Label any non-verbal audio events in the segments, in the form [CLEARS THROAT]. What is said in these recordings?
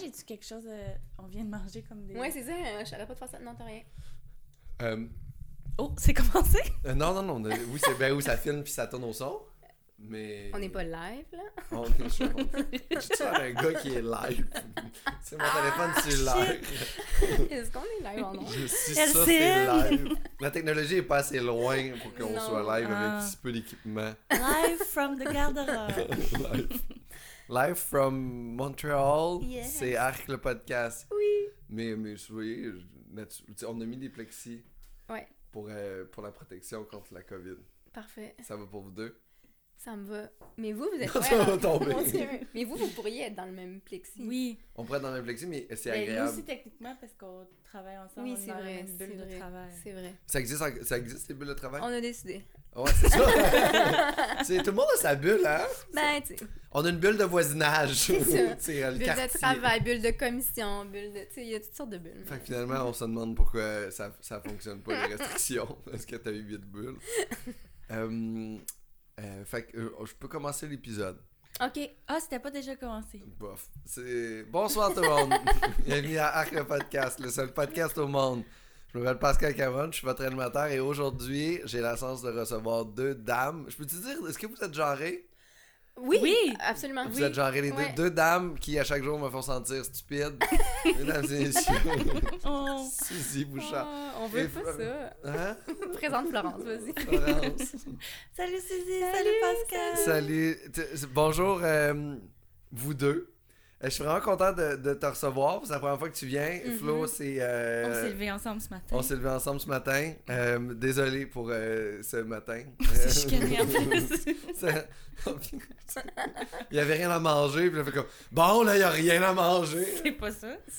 j'ai-tu quelque chose. de- On vient de manger comme des. Ouais, c'est ça, euh, je savais pas de faire ça. Non, t'as rien. Euh, Oh, c'est commencé? euh, non, non, non. euh, oui, c'est ben, oui, ça filme puis ça tourne au son. Mais. On n'est pas live, là. [LAUGHS] On est je suis sûr, un gars qui est live. c'est mon téléphone Ah, cellulaire. Est-ce qu'on est live en [LAUGHS] nom? Je suis Elle ça, sait. c'est live. La technologie est pas assez loin pour qu'on Non. soit live avec Ah. si peu d'équipement. Live from the Ah. garde-robe. live. [LAUGHS] Live from Montreal, Yes. c'est Arc le podcast. Oui. Mais, mais vous voyez, je- natu- tu sais, on a mis des plexis Ouais. pour, euh, pour la protection contre la COVID. Parfait. Ça va pour vous deux? Ça me va. Mais vous, vous êtes. Ça ouais, va [LAUGHS] tomber. mon Dieu. Mais vous, vous pourriez être dans le même plexi. [LAUGHS] Oui. On pourrait être dans un plexi, mais c'est Ben, Mais nous agréable. aussi, techniquement, parce qu'on travaille ensemble. Oui, on est c'est dans la vrai. même C'est bulle de vrai. travail. C'est vrai. Ça existe, en- ça existe les bulles de travail? On a décidé. Ouais, [LAUGHS] c'est ça. c'est, tout le monde a sa bulle, hein? Ben, tu sais, On a une bulle de voisinage. C'est ça. Tu sais, dans le bulle quartier. de travail, bulle de commission, bulle de. Tu sais, il y a toutes sortes de bulles. Fait que finalement, on se demande pourquoi ça, ça fonctionne pas, les restrictions. [LAUGHS] Est-ce que t'as eu 8 [LAUGHS] bulles? Euh, euh, fait que euh, je peux commencer l'épisode. Ok. Ah, c'était pas déjà commencé. Bof. C'est... Bonsoir tout le monde. Bienvenue à Arc le podcast, le seul podcast au monde. Je m'appelle Pascal Cameron, je suis votre animateur et aujourd'hui, j'ai la chance de recevoir deux dames. Je peux te dire, est-ce que vous êtes genrés? Oui. Oui. Absolument. Ah Vous oui. êtes genrés les deux. Ouais. Deux dames qui, à chaque jour, me font sentir stupide. Mesdames et messieurs, Oh. Suzy Bouchard. Ah, on veut Et pas Florence. ça. Hein? Présente Florence, vas-y. Ah, Florence. Salut Suzy, salut, Salut, Pascal. Salut. Tu- Bonjour, euh, vous deux. Euh, Je suis vraiment content de, de te recevoir. C'est la première fois que tu viens. Flo, c'est. euh, On s'est levés ensemble ce matin. [LAUGHS] on s'est levé ensemble ce matin. Euh, désolé pour euh, ce matin. C'est chicané en [LAUGHS] plus. Ça- [LAUGHS] il y avait rien à manger. Puis là, fait comme Bon, là, il n'y a rien à manger. C'est pas ça. Oh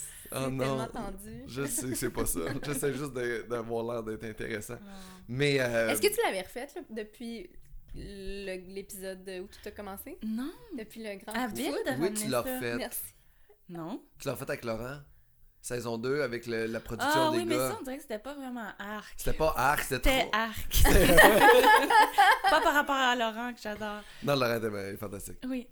C'est non. [LAUGHS] tellement tendu. Je sais que c'est pas ça. J'essaie juste de- d'avoir l'air d'être intéressant. Mais. euh, Est-ce que tu l'avais refaite là, depuis le- l'épisode où tout a commencé? Non. Depuis le grand coup de Habile foudre? de Oui, ramener tu l'as ça. fait. Merci. Non. Tu l'as fait avec Laurent, saison 2, avec le- la production Ah des oui, mais gars. ça, on dirait que c'était pas vraiment arc. C'était pas arc, c'était C'était trop. [LAUGHS] arc. pas par rapport à Laurent que j'adore. Non, Laurent était ben, fantastique. Oui.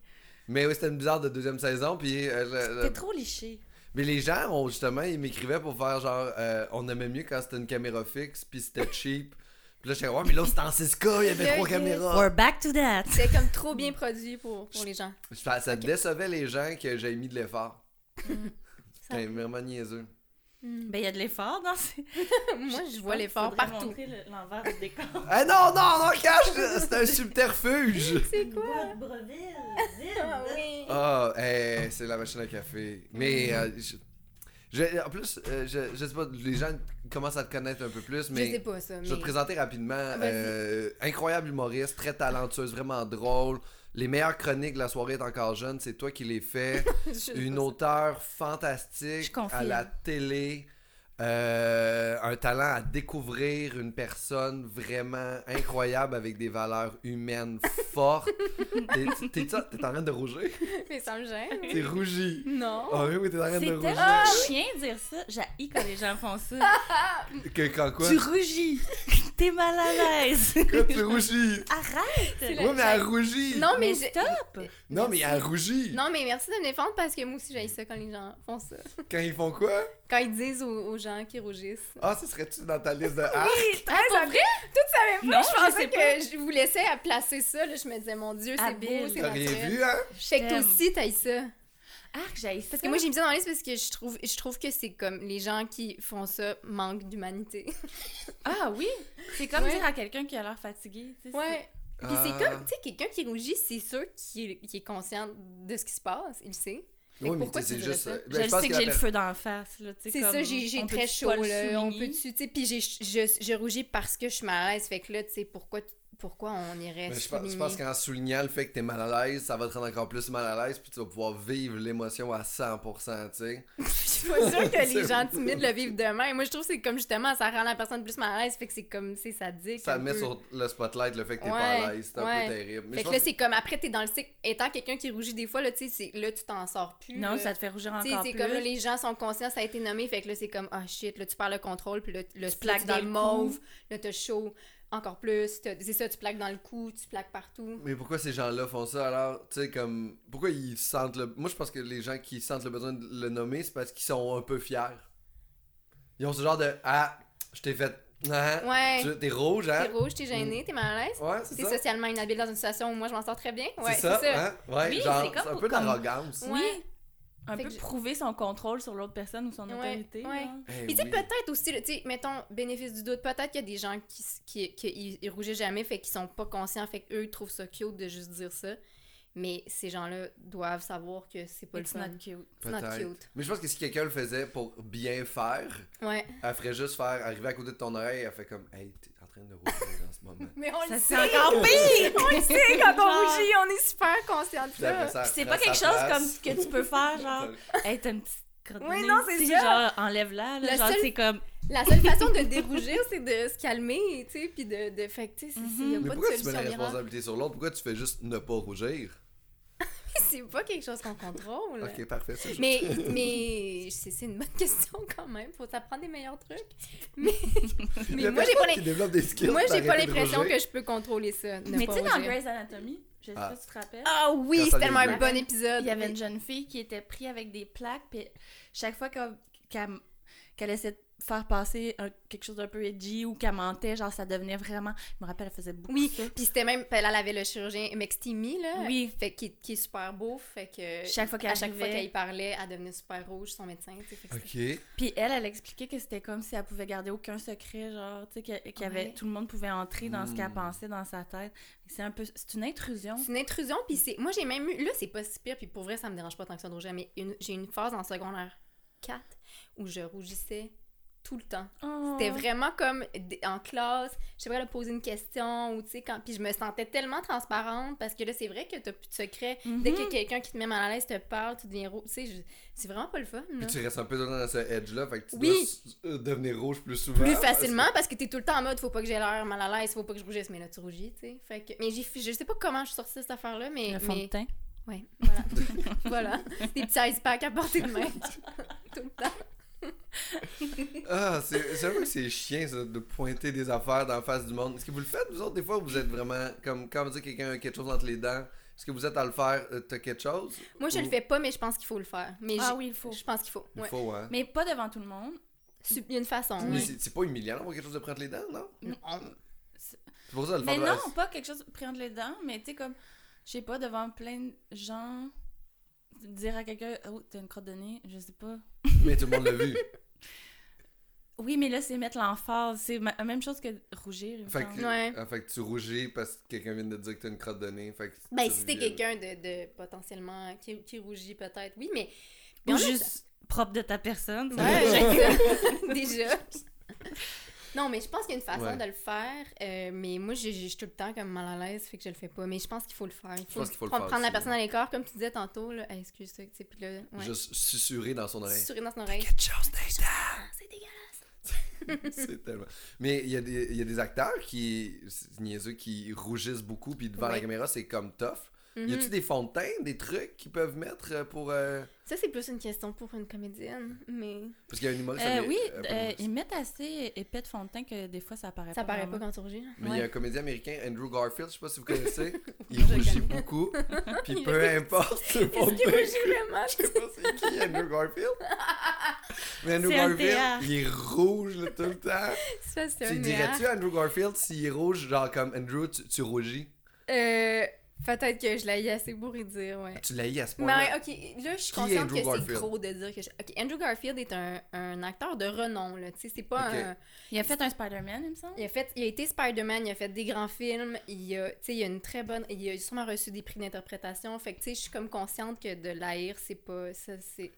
Mais oui, c'était une bizarre de deuxième saison. Puis, euh, le- T'es le- trop liché. Mais les gens, ont, justement, ils m'écrivaient pour faire genre, euh, on aimait mieux quand c'était une caméra fixe, puis c'était cheap. Puis là, j'étais, ouais, mais là, c'était en 6K, il y avait Le- trois caméras. We're back to that. C'était comme trop bien produit pour, pour les gens. Ça, ça décevait les gens que j'ai mis de l'effort. Ça- C'était vraiment niaiseux. Hmm. Ben, il y a de l'effort dans ces. [LAUGHS] Moi, je vois pense l'effort qu'il faudrait partout. montrer le- l'envers du décor. Ah non, non, non, cache! C'était un subterfuge! C'est quoi? Bois de Breville, [LAUGHS] Ah zine. oui. Ah, eh, c'est la machine à café. Mais euh, je- je- en plus, euh, je, je sais pas, les gens commencent à te connaître un peu plus, mais Je sais pas ça, mais... Ah, je vais te présenter rapidement. Vas-y. Euh, incroyable humoriste, très talentueuse, vraiment drôle. Les meilleures chroniques de la soirée est encore jeune, c'est toi qui les fais. [LAUGHS] [LAUGHS] je sais Une pas ça. auteure Je fantastique confirme. à la télé. euh, un talent à découvrir, une personne vraiment incroyable avec des valeurs humaines [LAUGHS] fortes. T'es- T'es t'es en train de rougir? Mais ça me [LAUGHS] gêne. T'es rougi. Non. Ah oui, oui, t'es en train C'est de tellement rougir. chien de dire ça. J'haïs quand les gens font ça. Que, quand quoi? Tu rougis. [LAUGHS] T'es mal à [LAUGHS] l'aise. Quand tu rougis. Arrête. C'est Oui, la- mais elle rougit. Non, mais Mais j'ai- stop. Non, mais elle rougit. Non, mais merci de me défendre parce que moi aussi, j'aille ça quand les gens font ça. Quand ils font quoi? Quand ils disent aux, aux gens qui rougissent. Ah, ce serait-tu dans ta liste de arcs? Ah, ça vrai? Tout ça même Non, je je pensais sais que je vous laissais à placer ça. Là, je me disais, mon Dieu, c'est Habile. beau, c'est T'as rien naturel. vu, hein? Fait que toi J'aime. aussi, t'as eu ça. Arc, j'haïs ça. Parce que moi, j'ai mis ça dans la liste parce que je trouve, je trouve que c'est comme les gens qui font ça manquent d'humanité. Ah oui. C'est comme Ouais. dire à quelqu'un qui a l'air fatigué. tu sais, Ouais. Puis c'est Ah. comme, tu sais, quelqu'un qui rougit, c'est sûr qu'il est, qu'il est conscient de ce qui se passe, il le sait. Oui, mais pourquoi tu- tu c'est dirais juste. ça? euh, c'est- ben, Je, je pense sais que, la j'ai le per- feu d'en face. là, tu sais, C'est ça, comme, j'ai j'ai on très peut-tu chaud, pas le là. On souligner? peut-tu, tu sais, puis j'ai- je, je rougis parce que je suis mal à l'aise. Fait que là, tu sais, pourquoi, pourquoi on irait Ben, je pense, souligner? je pense qu'en soulignant le fait que t'es mal à l'aise, ça va te rendre encore plus mal à l'aise, puis tu vas pouvoir vivre l'émotion à 100%, tu sais. [LAUGHS] Je suis pas sûre que les [LAUGHS] C'est gens vrai. timides le vivent demain. Moi, je trouve que c'est comme, justement, ça rend la personne plus mal à l'aise. Fait que c'est comme, c'est sadique. Ça un met peu. sur le spotlight le fait que t'es pas Ouais, à l'aise, c'est un ouais. peu terrible. Mais Fait je que là, pense c'est comme après, t'es dans le cycle. Étant quelqu'un qui rougit des fois, là, tu sais, c'est- là, tu t'en sors plus. Non, là. ça te fait rougir Tu sais, encore c'est plus. comme là, les gens sont conscients, ça a été nommé, fait que là, c'est comme, ah shit, là, tu perds le contrôle, puis là, le plaques dans le cou. mauve, là, t'as chaud. encore plus. T'as- C'est ça, tu plaques dans le cou, tu plaques partout. Mais pourquoi ces gens-là font ça alors Tu sais, comme. Pourquoi ils sentent le. Moi, je pense que les gens qui sentent le besoin de le nommer, c'est parce qu'ils sont un peu fiers. Ils ont ce genre de. Ah, je t'ai fait. Ah, Ouais. tu- T'es rouge, hein T'es rouge, t'es gêné, t'es mal à l'aise. Ouais, c'est T'es ça. socialement inhabile dans une situation où moi je m'en sors très bien. Ouais, c'est ça, hein? Ouais, Oui, genre, c'est comme c'est un pour- peu comme- d'arrogance. Oui. Ouais. Un Fait peu que je- prouver son contrôle sur l'autre personne ou son Ouais, autorité. ouais. genre. Eh Puis tu sais, oui. peut-être aussi, là, tu sais, mettons, bénéfice du doute, peut-être qu'il y a des gens qui, s- qui, qui ils, ils rougeaient jamais, fait qu'ils sont pas conscients, fait qu'eux, ils trouvent ça cute de juste dire ça. Mais ces gens-là doivent savoir que c'est pas It's le fun. not cute. It's not Peut-être. cute. Mais je pense que si quelqu'un le faisait pour bien faire, Ouais. elle ferait juste faire arriver à côté de ton oreille, elle fait comme Hey, t'es en train de rougir en [LAUGHS] ce moment. Mais on Ça le c'est sait! [LAUGHS] encore pire! On le sait quand Genre. on rougit, on est super conscient de Puis après ça. ça, Puis c'est elle pas prend quelque sa chose place. comme que tu peux faire, genre, hey, t'as une petite crotte de Oui, nez non, c'est ici, ça. Genre, enlève-la, là. Le genre, seul- c'est comme. La seule façon de dérougir, c'est de se calmer, tu sais, puis de, de. Fait que, tu sais, c'est- c'est- y a Mm-hmm. Mais pas de pourquoi tu mets la solution miracle. responsabilité sur l'autre Pourquoi tu fais juste ne pas rougir [LAUGHS] C'est pas quelque chose qu'on contrôle. Ok, parfait. c'est juste- Mais, mais c'est c'est une bonne question quand même. Faut s'apprendre des meilleurs trucs. [LAUGHS] Mais, Il y mais a moi, j'ai pas personne qui l'im- développe des skills moi, j'ai d'arrêter pas de l'impression rougir. que je peux contrôler ça. ne Mais tu pas sais, dans rougir. Grey's Anatomy, je sais Ah. pas si tu te rappelles. Ah Quand oui, ça c'est tellement les un met. bon épisode. Il y avait une jeune fille qui était prise avec des plaques, puis chaque fois qu'elle qu'elle- qu'elle essayait de faire passer un- quelque chose d'un peu edgy ou qu'elle mentait, genre ça devenait vraiment. Je me rappelle, elle faisait beaucoup Oui, Ah, ça. puis c'était même. puis Elle avait le chirurgien MXTimi, là. Oui. Fait qui, qui est super beau. Fait que. Chaque fois qu'elle à chaque fois arrivait. qu'elle y parlait, elle devenait super rouge, son médecin. tu sais, fait que c'était- Ok. Puis elle, elle expliquait que c'était comme si elle pouvait garder aucun secret, genre, tu sais, que- qu'il y avait Ouais. tout le monde pouvait entrer dans ce qu'elle Mm. pensait dans sa tête. C'est un peu, c'est une intrusion. C'est une intrusion, puis c'est. Moi, j'ai même eu. Là, c'est pas si pire, puis pour vrai, ça me dérange pas tant que ça de rougir, mais une- j'ai une phase en secondaire 4 où je rougissais tout le temps. Oh. C'était vraiment comme d- en classe, je sais pas, là, poser une question ou tu sais, quand. Puis je me sentais tellement transparente parce que là, c'est vrai que t'as plus de secret. Mhm. Dès que quelqu'un qui te met mal à l'aise te parle, tu deviens rouge. Tu sais, je- c'est vraiment pas le fun. là. Puis tu restes un peu dans ce edge-là, fait que tu Oui. dois s- euh, devenir rouge plus souvent. Plus parce que- facilement parce que t'es tout le temps en mode faut pas que j'ai l'air mal à l'aise, faut pas que je rougisse, mais là tu rougis, tu sais. Fait que. Mais j'ai fi- je sais pas comment je suis sortie de cette affaire-là, mais. Le fond mais- de teint. Ouais, voilà. [LAUGHS] voilà. Des petits ice packs à portée de main. [LAUGHS] Tout le temps. Ah, c'est c'est vrai que c'est chiant ça, de pointer des affaires dans la face du monde. Est-ce que vous le faites, vous autres, des fois, ou vous êtes vraiment comme quand vous dites que quelqu'un a quelque chose entre les dents? Est-ce que vous êtes à le faire, euh, t'as quelque chose? Moi, je le Ou- fais pas, mais je pense qu'il faut le faire. Mais Ah je- oui, il faut. je pense qu'il faut. Il Ouais. faut, hein? Mais pas devant tout le monde. Sub- Il y a une façon. Mais ouais. c'est- c'est pas humiliant d'avoir quelque chose de prendre entre les dents, non? Non. C'est pour ça de le Mais faire non, pas quelque chose pris entre les dents, mais tu sais, comme, je sais pas, devant plein de gens, dire à quelqu'un, oh, t'as une crotte de nez, je sais pas. Mais tout le monde l'a vu. [LAUGHS] Oui, mais là, c'est mettre l'emphase. C'est ma- la même chose que rougir. il me Fait semble. que, Ouais. ah, fait que tu rougis parce que quelqu'un vient de te dire que t'as une crotte de nez. Fait que Ben, tu si t'es reviens. quelqu'un de, de potentiellement qui, qui rougit peut-être, oui, mais. mais Ou on a- juste propre de ta personne. Ouais, [LAUGHS] déjà. Non, mais je pense qu'il y a une façon Ouais. de le faire, euh, mais moi, j'ai- j'ai- je suis tout le temps comme mal à l'aise, fait que je le fais pas. Mais je pense qu'il faut le faire. Il faut, pense qu'il faut le prendre, faire prendre la aussi, personne à l'écart, comme tu disais tantôt, là. Hey, excuse ça, tu sais, puis là, ouais. Juste susurrer dans son oreille. Susurrer dans son oreille. Quelque chose dans Ah, c'est dégueulasse. les dents! [LAUGHS] C'est tellement. Mais il y, a des- il y a des acteurs qui. c'est niaiseux, qui rougissent beaucoup, puis devant la Oui. caméra, c'est comme tough. Y Mhm. a-tu des fonds de teint, des trucs qu'ils peuvent mettre euh, pour. euh, Ça, c'est plus une question pour une comédienne, mais Parce qu'il y a une humoriste. Euh, amé- oui, euh, pas euh, humoriste. ils mettent assez épais de fond de teint que des fois, ça paraît ça pas. paraît pas vraiment. quand tu [LAUGHS] rougis. hein. Mais il y a un comédien américain, Andrew Garfield, je sais pas si [LAUGHS] vous connaissez. il Je le rougit connais. [LAUGHS] beaucoup. Puis Il peu importe le fond Est-ce de qu'il teint rougit vraiment? Oh [LAUGHS] Je sais pas c'est qui Andrew Garfield. Mais Andrew C'est un Garfield, théâtre. il est rouge là, tout le temps. [LAUGHS] Ça, c'est un Tu miracle. dirais-tu à Andrew Garfield s'il est rouge, genre comme Andrew, tu, tu rougis Euh, peut-être que je l'ai assez bourré de dire, ouais. Tu l'as eu à ce Mais point-là. ok, là je suis Qui est consciente Andrew que c'est Garfield? gros de dire que je... Ok, Andrew Garfield est un, un acteur de renom, là, tu sais, c'est pas Ok. un... Il a fait un Spider-Man, il me semble. Il a, fait, il a été Spider-Man, il a fait des grands films, il a, tu sais, il a une très bonne... Il a sûrement reçu des prix d'interprétation, fait que tu sais, je suis comme consciente que de l'haïr, c'est pas... Ça, c'est...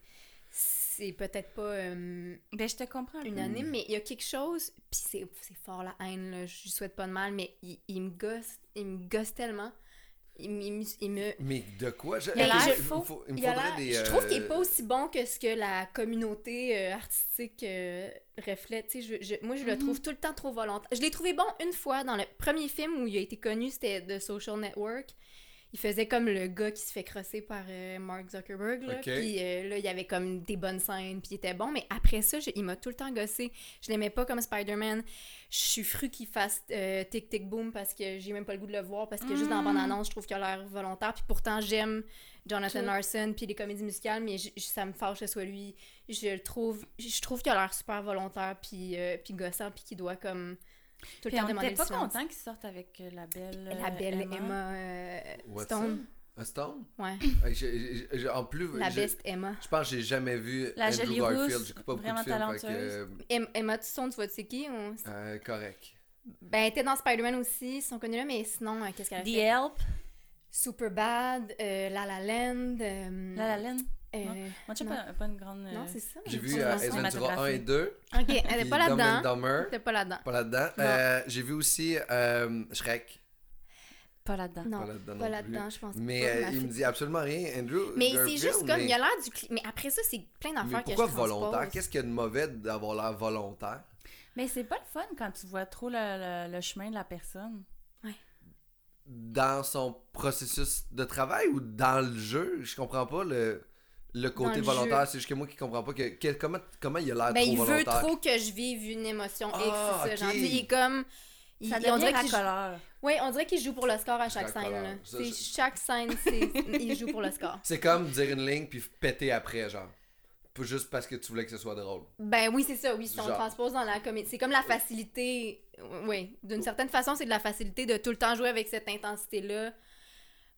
C'est peut-être pas... euh, Ben, je te comprends. un peu. unanime, Hmm. mais il y a quelque chose, puis c'est, c'est fort la haine, là, je lui souhaite pas de mal, mais il, il me gosse, il me gosse tellement. Il, me- il me- il me... Mais de quoi je, Il a je- l'air il faux. faut- Il me il a faudrait l'air- des. Je trouve qu'il euh, est pas aussi bon que ce que la communauté euh, artistique euh, reflète. Tu sais, je- je- moi, je le Mhm. trouve tout le temps trop volontaire. Je l'ai trouvé bon une fois dans le premier film où il a été connu, c'était The Social Network. il faisait comme le gars qui se fait crosser par euh, Mark Zuckerberg. Là. Ok. Puis euh, là, il y avait comme des bonnes scènes, puis il était bon. Mais après ça, je- il m'a tout le temps gossé. Je l'aimais pas comme Spider-Man. Je suis fru qu'il fasse euh, Tic Tic Boom parce que j'ai même pas le goût de le voir. Parce que juste dans la Mm. bande-annonce, je trouve qu'il a l'air volontaire. Puis pourtant, j'aime Jonathan Tout. Larson, puis les comédies musicales, mais je- je- ça me fâche que ce soit lui. Je le trouve, je trouve qu'il a l'air super volontaire, puis, euh, puis gossant, puis qu'il doit comme tout le Puis temps on demander était le pas silence. content qu'ils sortent avec euh, la belle euh, La belle Emma, euh, What's Stone. Un Stone? Ouais, Hey, j'ai- j'ai- j'ai- en plus, la j'ai- best Emma. je pense que j'ai jamais vu La Andrew jolie Garfield. rousse, J'écoute pas beaucoup de vraiment films. Fait que, euh, Em- Emma Stone, tu vois, tu sais qui? on- euh, correct. Ben, elle était dans Spider-Man aussi, ils sont connus là, mais sinon, euh, qu'est-ce qu'elle a The fait? Help, Superbad, euh, La La Land. euh, La La Land. euh, Moi, tu sais, Non. pas, pas une grande. euh, non, c'est ça. J'ai Une vu euh, Ace formation Ventura 1 et cinématographique. 2. Ok, elle puis était pas Dumb and là-dedans. Dumber. Elle était pas là-dedans. Pas là-dedans. Euh, j'ai vu aussi euh, Shrek. Pas là-dedans. Non, pas là-dedans. pas non plus. là-dedans, je pense. Mais pas, euh, ma il me fille. dit absolument rien, Andrew. Mais c'est Garfield, juste comme, mais- il a l'air du... cli- Mais après ça, c'est plein Mais d'affaires que je pourquoi transpose. volontaire? Qu'est-ce qu'il y a de mauvais d'avoir l'air volontaire? Mais c'est pas le fun quand tu vois trop le, le- le chemin de la personne. Dans son processus de travail ou dans le jeu? Je comprends pas le, le côté le volontaire. C'est juste que moi qui comprends pas que, que- comment, comment il a l'air Ben, trop il veut volontaire. trop que je vive une émotion X, Ah, c'est ça, ok. genre, tu sais, il est comme... Il, Ça on dirait devient qu'il joue... racoleur. Ouais, on dirait qu'il joue pour le score à chaque Racoleur. scène. là. Ça, C'est- je- Chaque scène, c'est... il joue pour le score. C'est comme dire une ligne puis péter après, genre. P- Juste parce que tu voulais que ce soit drôle. Ben oui, c'est ça, oui, si on Genre. transpose dans la comédie. C'est comme la facilité, oui, d'une certaine façon, c'est de la facilité de tout le temps jouer avec cette intensité-là.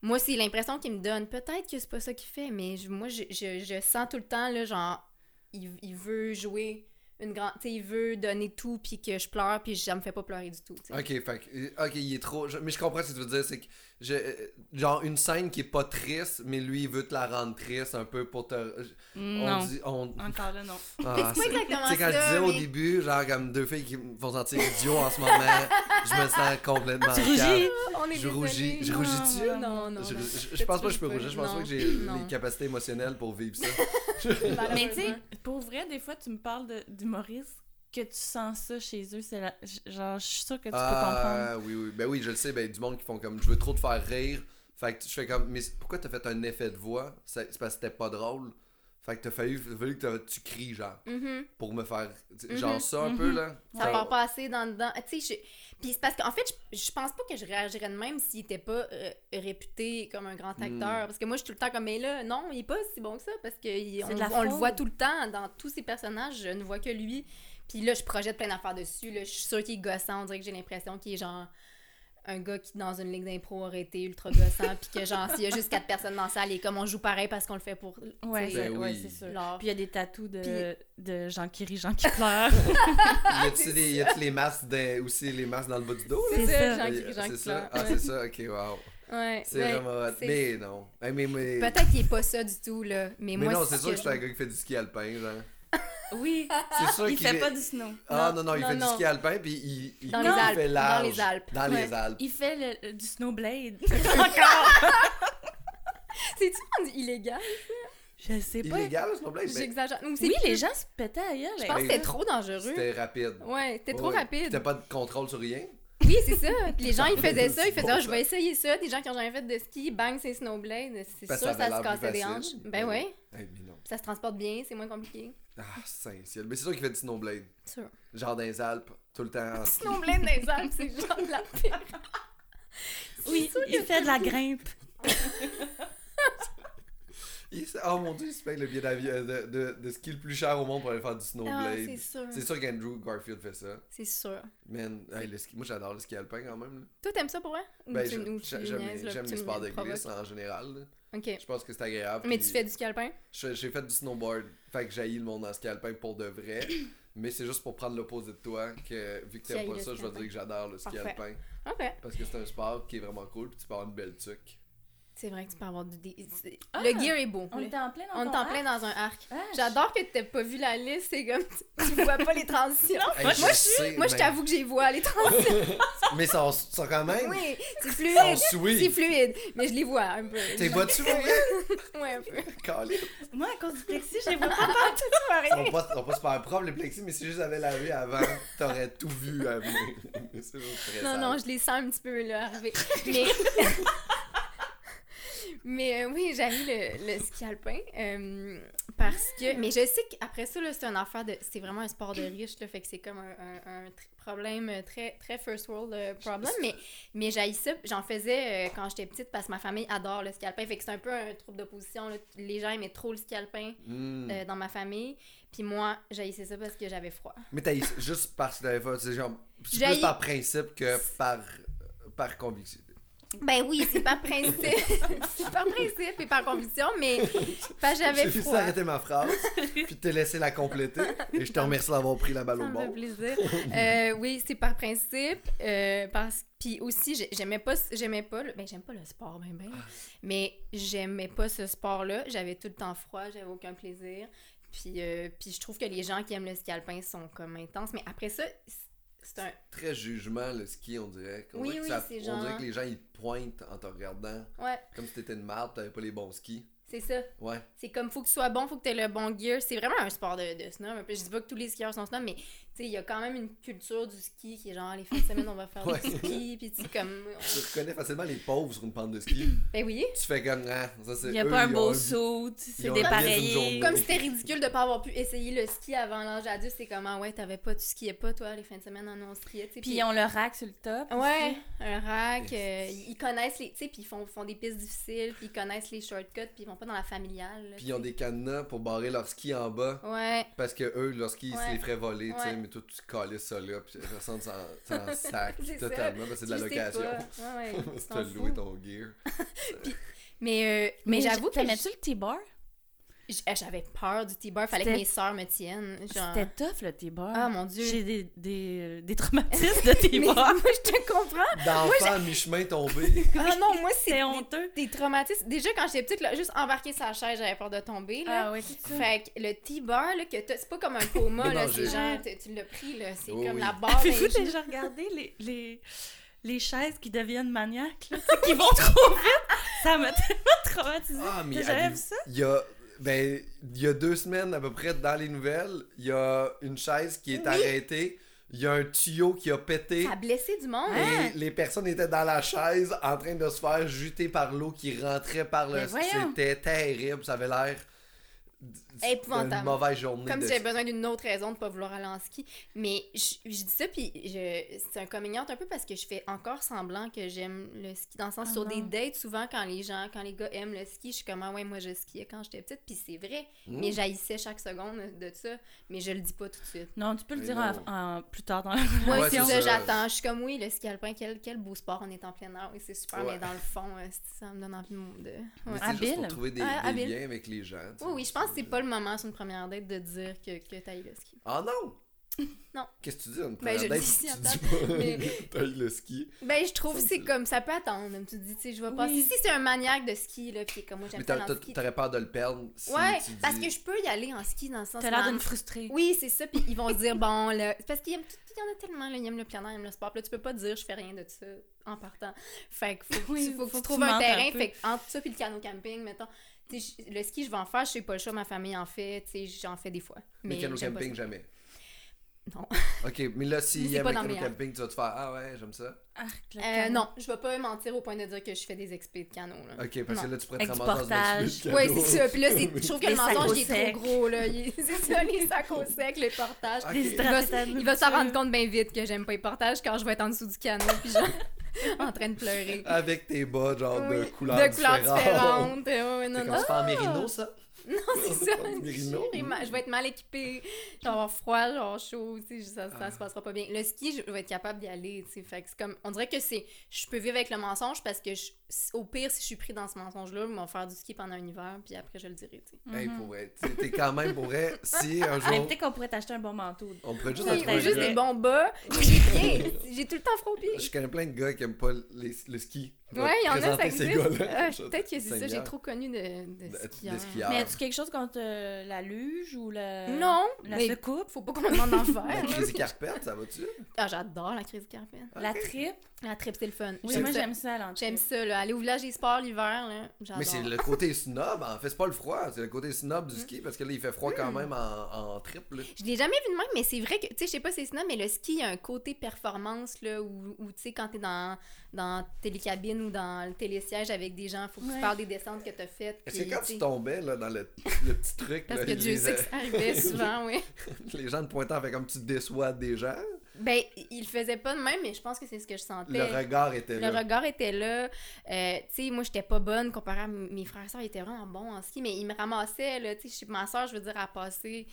Moi, c'est l'impression qu'il me donne. Peut-être que c'est pas ça qu'il fait, mais je- moi, je, je- je sens tout le temps, là, genre, il, il veut jouer une grande... Tu sais, il veut donner tout, puis que je pleure, puis ça me fait pas pleurer du tout, tu sais. Ok, fait que- euh, ok, il est trop. je- mais je comprends ce que tu veux dire, c'est que je- euh, genre une scène qui est pas triste, mais lui il veut te la rendre triste un peu pour te. On Non. dit, [LAUGHS] on. Encore là, non. Ah, C'est c'est- pas exactement Tu sais, quand je disais ça, au mais- début, genre comme deux filles qui me font sentir idiot en ce moment, je [LAUGHS] me sens complètement Tu rougis? calme. On est Je rougis. désolés. Je rougis-tu? Non, non, non. Je, non. je- je pense pas que je peux Tu rougir, je pense non. pas que j'ai les Non. capacités émotionnelles pour [LAUGHS] vivre ça. Mais tu sais, Malheureusement. pour vrai, des fois, tu me parles de- d'humoristes que tu sens ça chez eux. C'est la- j- Genre, je suis sûre que tu Ah, oui, oui. Ben oui, je le sais, ben du monde qui font comme je veux trop te faire rire. Fait que je fais comme, mais pourquoi t'as fait un effet de voix C'est c'est parce que c'était pas drôle. Fait que t'as failli, fallu que t'as- tu cries, genre, Mhm. pour me faire. Mhm, Genre ça un mhm. peu, là. Ça Genre- part pas assez dans dedans. Ah, Tu sais, je- Puis c'est parce qu'en fait, je, je pense pas que je réagirais de même s'il était pas euh, réputé comme un grand acteur. Mm. Parce que moi, je suis tout le temps comme, mais là, non, il est pas si bon que ça. Parce C'est de qu'on la on le fraude. voit tout le temps dans tous ses personnages. Je ne vois que lui. Puis là, je projette plein d'affaires dessus. Là, je suis sûre qu'il est gossant. On dirait que j'ai l'impression qu'il est genre un gars qui, dans une ligue d'impro, aurait été ultra gossant. puis que, genre, s'il y a juste quatre personnes dans la salle, et comme on joue pareil parce qu'on le fait pour te comprends. Ouais, tu c'est sais, Ben ouais, oui. c'est sûr. l'art. Puis il y a des tatous de, de gens qui rient, gens qui pleurent. [LAUGHS] Ah, Y a-tu des- y a-tu les masques des- aussi les masques dans le bas du dos, là? C'est C'est ça, ça. Jean qui- Jean C'est qui ça? pleure. Ah, Ouais. c'est ça? Ok, wow. Ouais, C'est ouais, vraiment hot. c'est- Mais non. Hey, mais, mais... Peut-être qu'il est pas ça du tout, là. Mais, mais moi, non, c'est ce sûr que je- c'est un gars qui fait du ski alpin, genre. [LAUGHS] oui, Ah, C'est sûr il qu'il fait est- pas du snow. Ah non, Non, non, il non, fait non. du ski alpin, puis il, il, Dans il les fait Alpes, dans large. les Alpes. Dans Ouais. les Alpes. Il fait le- le- du snowblade. Encore! C'est-tu rendu illégal? [LAUGHS] Je sais pas. Illégal, ce problème, mais J'exagère. Ou c'est Oui, plus- les gens se pétaient ailleurs. Je pense que Ben, c'était trop dangereux. c'était rapide. Ouais, c'était Ouais, trop ouais. Puis rapide. T'as pas de contrôle sur rien. Oui, c'est ça. Puis les [LAUGHS] gens, ils faisaient ça. Ils C'est faisaient, bon, Ah, je ça. vais essayer ça. Des gens qui ont jamais fait de ski, bang, c'est Snowblade. C'est sûr, Parce que ça, ça avait se l'air plus cassait des hanches. facile. Ben Ouais. ouais. Eh, mais non. Ça se transporte bien, c'est moins [LAUGHS] compliqué. Ah, saint ciel. Mais c'est sûr qu'il fait du snowblade. Sûr. Genre dans les Alpes, tout le temps. en ski. Snowblade des Alpes, c'est genre de la pire. Oui, il fait de la grimpe. Il- Oh mon dieu, il se paye le billet d'avion euh, de, de, de ski le plus cher au monde pour aller faire du Ah, [LAUGHS] snowblade. c'est sûr. c'est sûr qu'Andrew Garfield fait ça. C'est sûr. Man, hey, le ski- moi j'adore le ski alpin quand même. là. Toi, t'aimes ça pour vrai? Ou Ben, tu- je- ou tu j'a- j'aime niaises, les- là, j'aime puis les tu sports hein. de me provoques? glisse en général. là. Ok. Je pense que c'est agréable. Mais puis tu fais du ski alpin? je- J'ai fait du snowboard, fait que j'haïs le monde en ski alpin pour [COUGHS] de vrai. mais c'est juste pour prendre l'opposé de toi que vu que Tu haïs t'aimes pas le ça, ski je vais alpin. dire que j'adore le ski Parfait. alpin. Ok. Parce que c'est un sport qui est vraiment cool, puis tu peux avoir une belle tuque. C'est vrai que tu peux avoir du. dé- c'est- Ah! le gear est beau. On là. était en plein dans On ton est en arc. plein dans un arc. hein? Ah, J'adore que t'aies pas vu la liste, c'est comme tu tu vois pas les transitions. [LAUGHS] Hey, moi, je, sais, moi, je mais- t'avoue que j'y vois les [LAUGHS] transitions. Mais ça, on- ça quand même. Oui, c'est On fluide. C'est suit. fluide, mais je les vois un peu. T'es battu, mon gars? Ouais, un peu. Calé. Moi, à cause du plexi, [LAUGHS] je les vois pas partout, tu vois Ils rien. sont pas, ils sont pas super propres, les plexis, mais si je les avais lavés avant, t'aurais tout vu à venir. [LAUGHS] C'est toujours très Non, sale. non, je les sens un petit peu là arriver. Mais. [LAUGHS] Mais euh, oui, j'avais le, le ski alpin euh, parce que. Mais je sais qu'après ça, là, c'est un affaire de. C'est vraiment un sport de riche, là, fait que c'est comme un, un- un tr- problème euh, très, très first world euh, problem. Mais, mais j'haïs ça. J'en faisais euh, quand j'étais petite parce que ma famille adore le ski alpin. Fait que c'est un peu un trouble d'opposition. là. Les gens aimaient trop le ski alpin Hmm. euh, dans ma famille. Puis moi, j'haïssais ça parce que j'avais froid. Mais t'as juste parce que t'avais fait, c'est genre, c'est J'ai- plus par principe que par, par conviction. Ben oui, c'est par principe. [LAUGHS] c'est par principe et par conviction, mais parce que j'avais J'ai juste froid. arrêté ma phrase, [LAUGHS] puis te laisser la compléter, et je te remercie d'avoir pris la balle Ça au me fait bon. plaisir. Euh, oui, c'est par principe. euh, parce... Puis aussi, j'ai- j'aimais pas, ce- j'aimais pas, le... ben, j'aime pas le sport, ben, ben, mais j'aimais pas ce sport-là. J'avais tout le temps froid, j'avais aucun plaisir. Puis, euh, puis je trouve que les gens qui aiment le ski alpin sont comme intenses. Mais après ça, c'est- c'est un... Très jugement, le ski, on dirait. On Oui, dirait que oui, ça- c'est On genre- dirait que les gens, ils te pointent en te regardant, Ouais, comme si t'étais une marde, t'avais pas les bons skis. c'est ça. Ouais. C'est comme, faut que tu sois bon, faut que tu aies le bon gear. C'est vraiment un sport de, de snow. Je dis pas que tous les skieurs sont snow, mais tu sais, il y a quand même une culture du ski qui est genre, les fins de semaine, on va faire Ouais. du [LAUGHS] ski. Puis tu sais, comme. Tu reconnais facilement les pauvres sur une pente de [COUGHS] ski. Ben oui. tu fais comme, ah, ça c'est Il n'y a eux, pas un ils ont beau but. saut, c'est ont dépareillé. oublié d'une Comme c'était ridicule de pas avoir pu essayer le ski avant l'âge adulte. C'est comme, ah ouais, t'avais pas, tu skiais pas, toi, les fins de semaine, ah non, on skiait. tu sais, Puis on le rack sur le top. Ouais, aussi. un rack. euh, Esti. ils connaissent les. Tu sais, puis ils font, font des pistes difficiles, puis ils connaissent les shortcuts, puis ils vont pas dans la familiale. là, Puis ils ont tu des cadenas pour barrer leur ski en bas. sais. Ouais. Parce que eux, leur ski, ils se Ouais. les feraient voler, tu sais, Ouais. mais toi, tu calais ça là, puis personne s'en [LAUGHS] s'en sac C'est ça. totalement, parce que c'est de la Tu sais location. [LAUGHS] pas. Ouais, ouais. Si tu t'as t'en loué fous. ton gear. Mais, euh, mais, j'avoue que T'aimais-tu le T-bar? J- eh, J'avais peur du T-bar, fallait que C'était- mes sœurs me tiennent. Genre... C'était tough le T-bar. Ah mon dieu. J'ai des, des, des traumatismes de [LAUGHS] Mais moi, T-bar. je te comprends. D'enfant à mi-chemin tombé. Ah non, moi, c'est C'est des- honteux. des traumatismes. Déjà, quand j'étais petite, là, juste embarquer sa chaise, j'avais peur de tomber. Là. oui, Fait que le T-bar, là, que t'as- c'est pas comme un [LAUGHS] coma, là, Mélangé. c'est genre, tu- tu l'as pris, là, c'est Oui, comme [LAUGHS] oui. la barre. Avez-vous d'un déjà Ah, ben, regardé les, les, les chaises qui deviennent maniaques, là, tu sais, qui vont trop vite? Ça m'a [LAUGHS] tellement traumatisée. Ah, mais J'aime avez- ça. Il y a, ben, il y a deux semaines à peu près dans les nouvelles, il y a une chaise qui est Oui. arrêtée, il y a un tuyau qui a jeu. pété. Ça Ah. a blessé du monde. Hein? Et les personnes étaient dans la chaise en train de se faire juter par l'eau qui rentrait par le. Mais voyons. C'était terrible, ça avait l'air. d- Épouvantable. Une mauvaise journée. Comme de- si j'avais besoin d'une autre raison de pas vouloir aller en ski. Mais je, je dis ça, puis je- c'est un coming out un peu parce que je fais encore semblant que j'aime le ski. Dans le sens, Ah sur des non. dates, souvent, quand les gens, quand les gars aiment le ski, je suis comme, ah ouais, moi je skiais quand j'étais petite, puis c'est vrai. Mm. Mais j'haïssais chaque seconde de ça, mais je le dis pas tout de suite. Non, tu peux le Mais dire non. en- en- plus tard dans la Moi, Ouais, c'est c'est ça, ça. j'attends. Je suis comme, oui, le ski alpin, quel, quel beau sport, on est en plein air, oui, c'est super, Ouais. mais dans le fond, euh, c'est- ça me donne envie de. de- ouais. Mais c'est juste pour Habile. trouver des, Ouais, des habile. liens avec les gens. tu Oui, sais. oui, je pense que c'est pas le moment sur une première date de dire que, que t'haïs le ski. Ah non! Non. Qu'est-ce que tu dis? Une Ben, je première le date, dis ici, tu attends, dis mais- pas. [LAUGHS] T'as eu le ski. Ben, je trouve Ça, que c'est- c'est comme ça peut attendre. Tu te dis, tu sais, je vais Oui. passer. Si c'est un maniaque de ski, là, puis comme moi, Mais j'aime t'as- pas le t'as- ski. t'aurais peur de le perdre. Si ouais, tu dis... parce que je peux y aller en ski dans le sens. T'as l'air que- d'une frustrée. Oui, c'est ça. Puis ils vont se [LAUGHS] dire, bon, là. c'est Parce qu'il y, a- il y en a tellement, là. Ils aiment le plein air, ils aiment le sport. Puis là, tu peux pas dire, je fais rien de ça en partant. Fait que faut, que Oui, tu, faut que faut tu que trouves tu un mentes un terrain. peu. fait que entre ça puis le canot camping, mettons. tu sais, je- le ski, je vais en faire. Je sais pas le choix. Ma famille en fait. Tu sais, j'en fais des fois. Mais Mais canot j'aime pas camping, ça. jamais. Non. [LAUGHS] Ok, mais là, Mais s'il c'est y a pas un dans canot mes hanches. camping, tu vas te faire Ah ouais, j'aime ça. Arc, le Euh, canot. non, je vais pas mentir au point de dire que je fais des expéditions de canot, là. Ok, parce Non. que là, tu pourrais te Avec du ramasser dans une portage. suite de Ouais, canot. c'est ça. Puis là, [LAUGHS] c'est- je trouve que Les le mensonge, il sacs est [LAUGHS] au trop gros, là. Il- C'est ça, les sacs au sec, les portages. Ok. Des Il va, s- hydratés à il va s'en nourriture. rendre compte bien vite que j'aime pas les portages quand je vais être en dessous du canot, puis genre, [LAUGHS] en train de pleurer. Avec tes bas, genre Ah, de Oui, couleurs de couleurs [LAUGHS] différentes. différentes. Ouais, ouais, non, C'est non. comme se faire en mérino, ça. Non, c'est ça. Comme des rhinos. Je vais ma- Je vais être mal équipée. Je vais avoir froid, je vais avoir chaud. tu sais, Ça, ça Ah. se passera pas bien. Le ski, je vais être capable d'y aller. tu sais, Fait que c'est comme, on dirait que c'est. Je peux vivre avec le mensonge parce que, je- au pire, si je suis pris dans ce mensonge-là, ils vont faire du ski pendant un hiver, puis après, je le dirai. tu sais. Hey, pour vrai, t'es- t'es quand même pour vrai, [LAUGHS] si un Ah, mais jour, Peut-être qu'on pourrait t'acheter un bon manteau. on pourrait juste Oui, en ou trouver juste un. des bons bas. J'ai pieds. J'ai tout le temps froid aux pieds. Je connais plein de gars qui aiment pas les- le ski. Je vais Ouais, te il y en a, ça présenter existe. ces gars-là. Euh, Peut-être que c'est ça, j'ai Seigneur. trop connu de, de, De- skieurs. de skieurs. Mais as-tu quelque chose contre euh, la luge ou la, Non, Euh, la mais secoupe? faut pas qu'on me demande d'en [LAUGHS] La faire. crise des carpettes, ça va-tu? ah, j'adore la crise carpène. La tripe? La trip, c'est le fun. Oui, J'aime moi ça. j'aime ça, l'entrée. J'aime ça, là. Aller au village des sports l'hiver, là. J'adore. Mm. Mais c'est le côté snob, en fait, c'est pas le froid, c'est le côté snob du ski, parce que là, il fait froid quand même en, en triple. Je l'ai jamais vu de même, mais c'est vrai que, tu sais, je sais pas si c'est ça, mais le ski, il y a un côté performance, là, où, où, tu sais, quand t'es dans, dans télécabine ou dans le télésiège avec des gens, faut que Ouais. tu parles des descentes que t'as faites. Est-ce que puis, quand tu tu sais, tombais là, dans le, le petit truc, Parce là, que les, euh, Dieu sait que ça [LAUGHS] arrivait souvent, oui. les gens te pointant fait comme tu déçois des gens, Ben, il le faisait pas de même, mais je pense que c'est ce que je sentais. le regard était Ben, Le là. regard était là. Euh, tu sais, moi, j'étais pas bonne comparé à m- mes frères et sœurs. Ils étaient vraiment bons en ski, mais ils me ramassaient. Là, Tu sais, je- ma sœur, je veux dire, a passé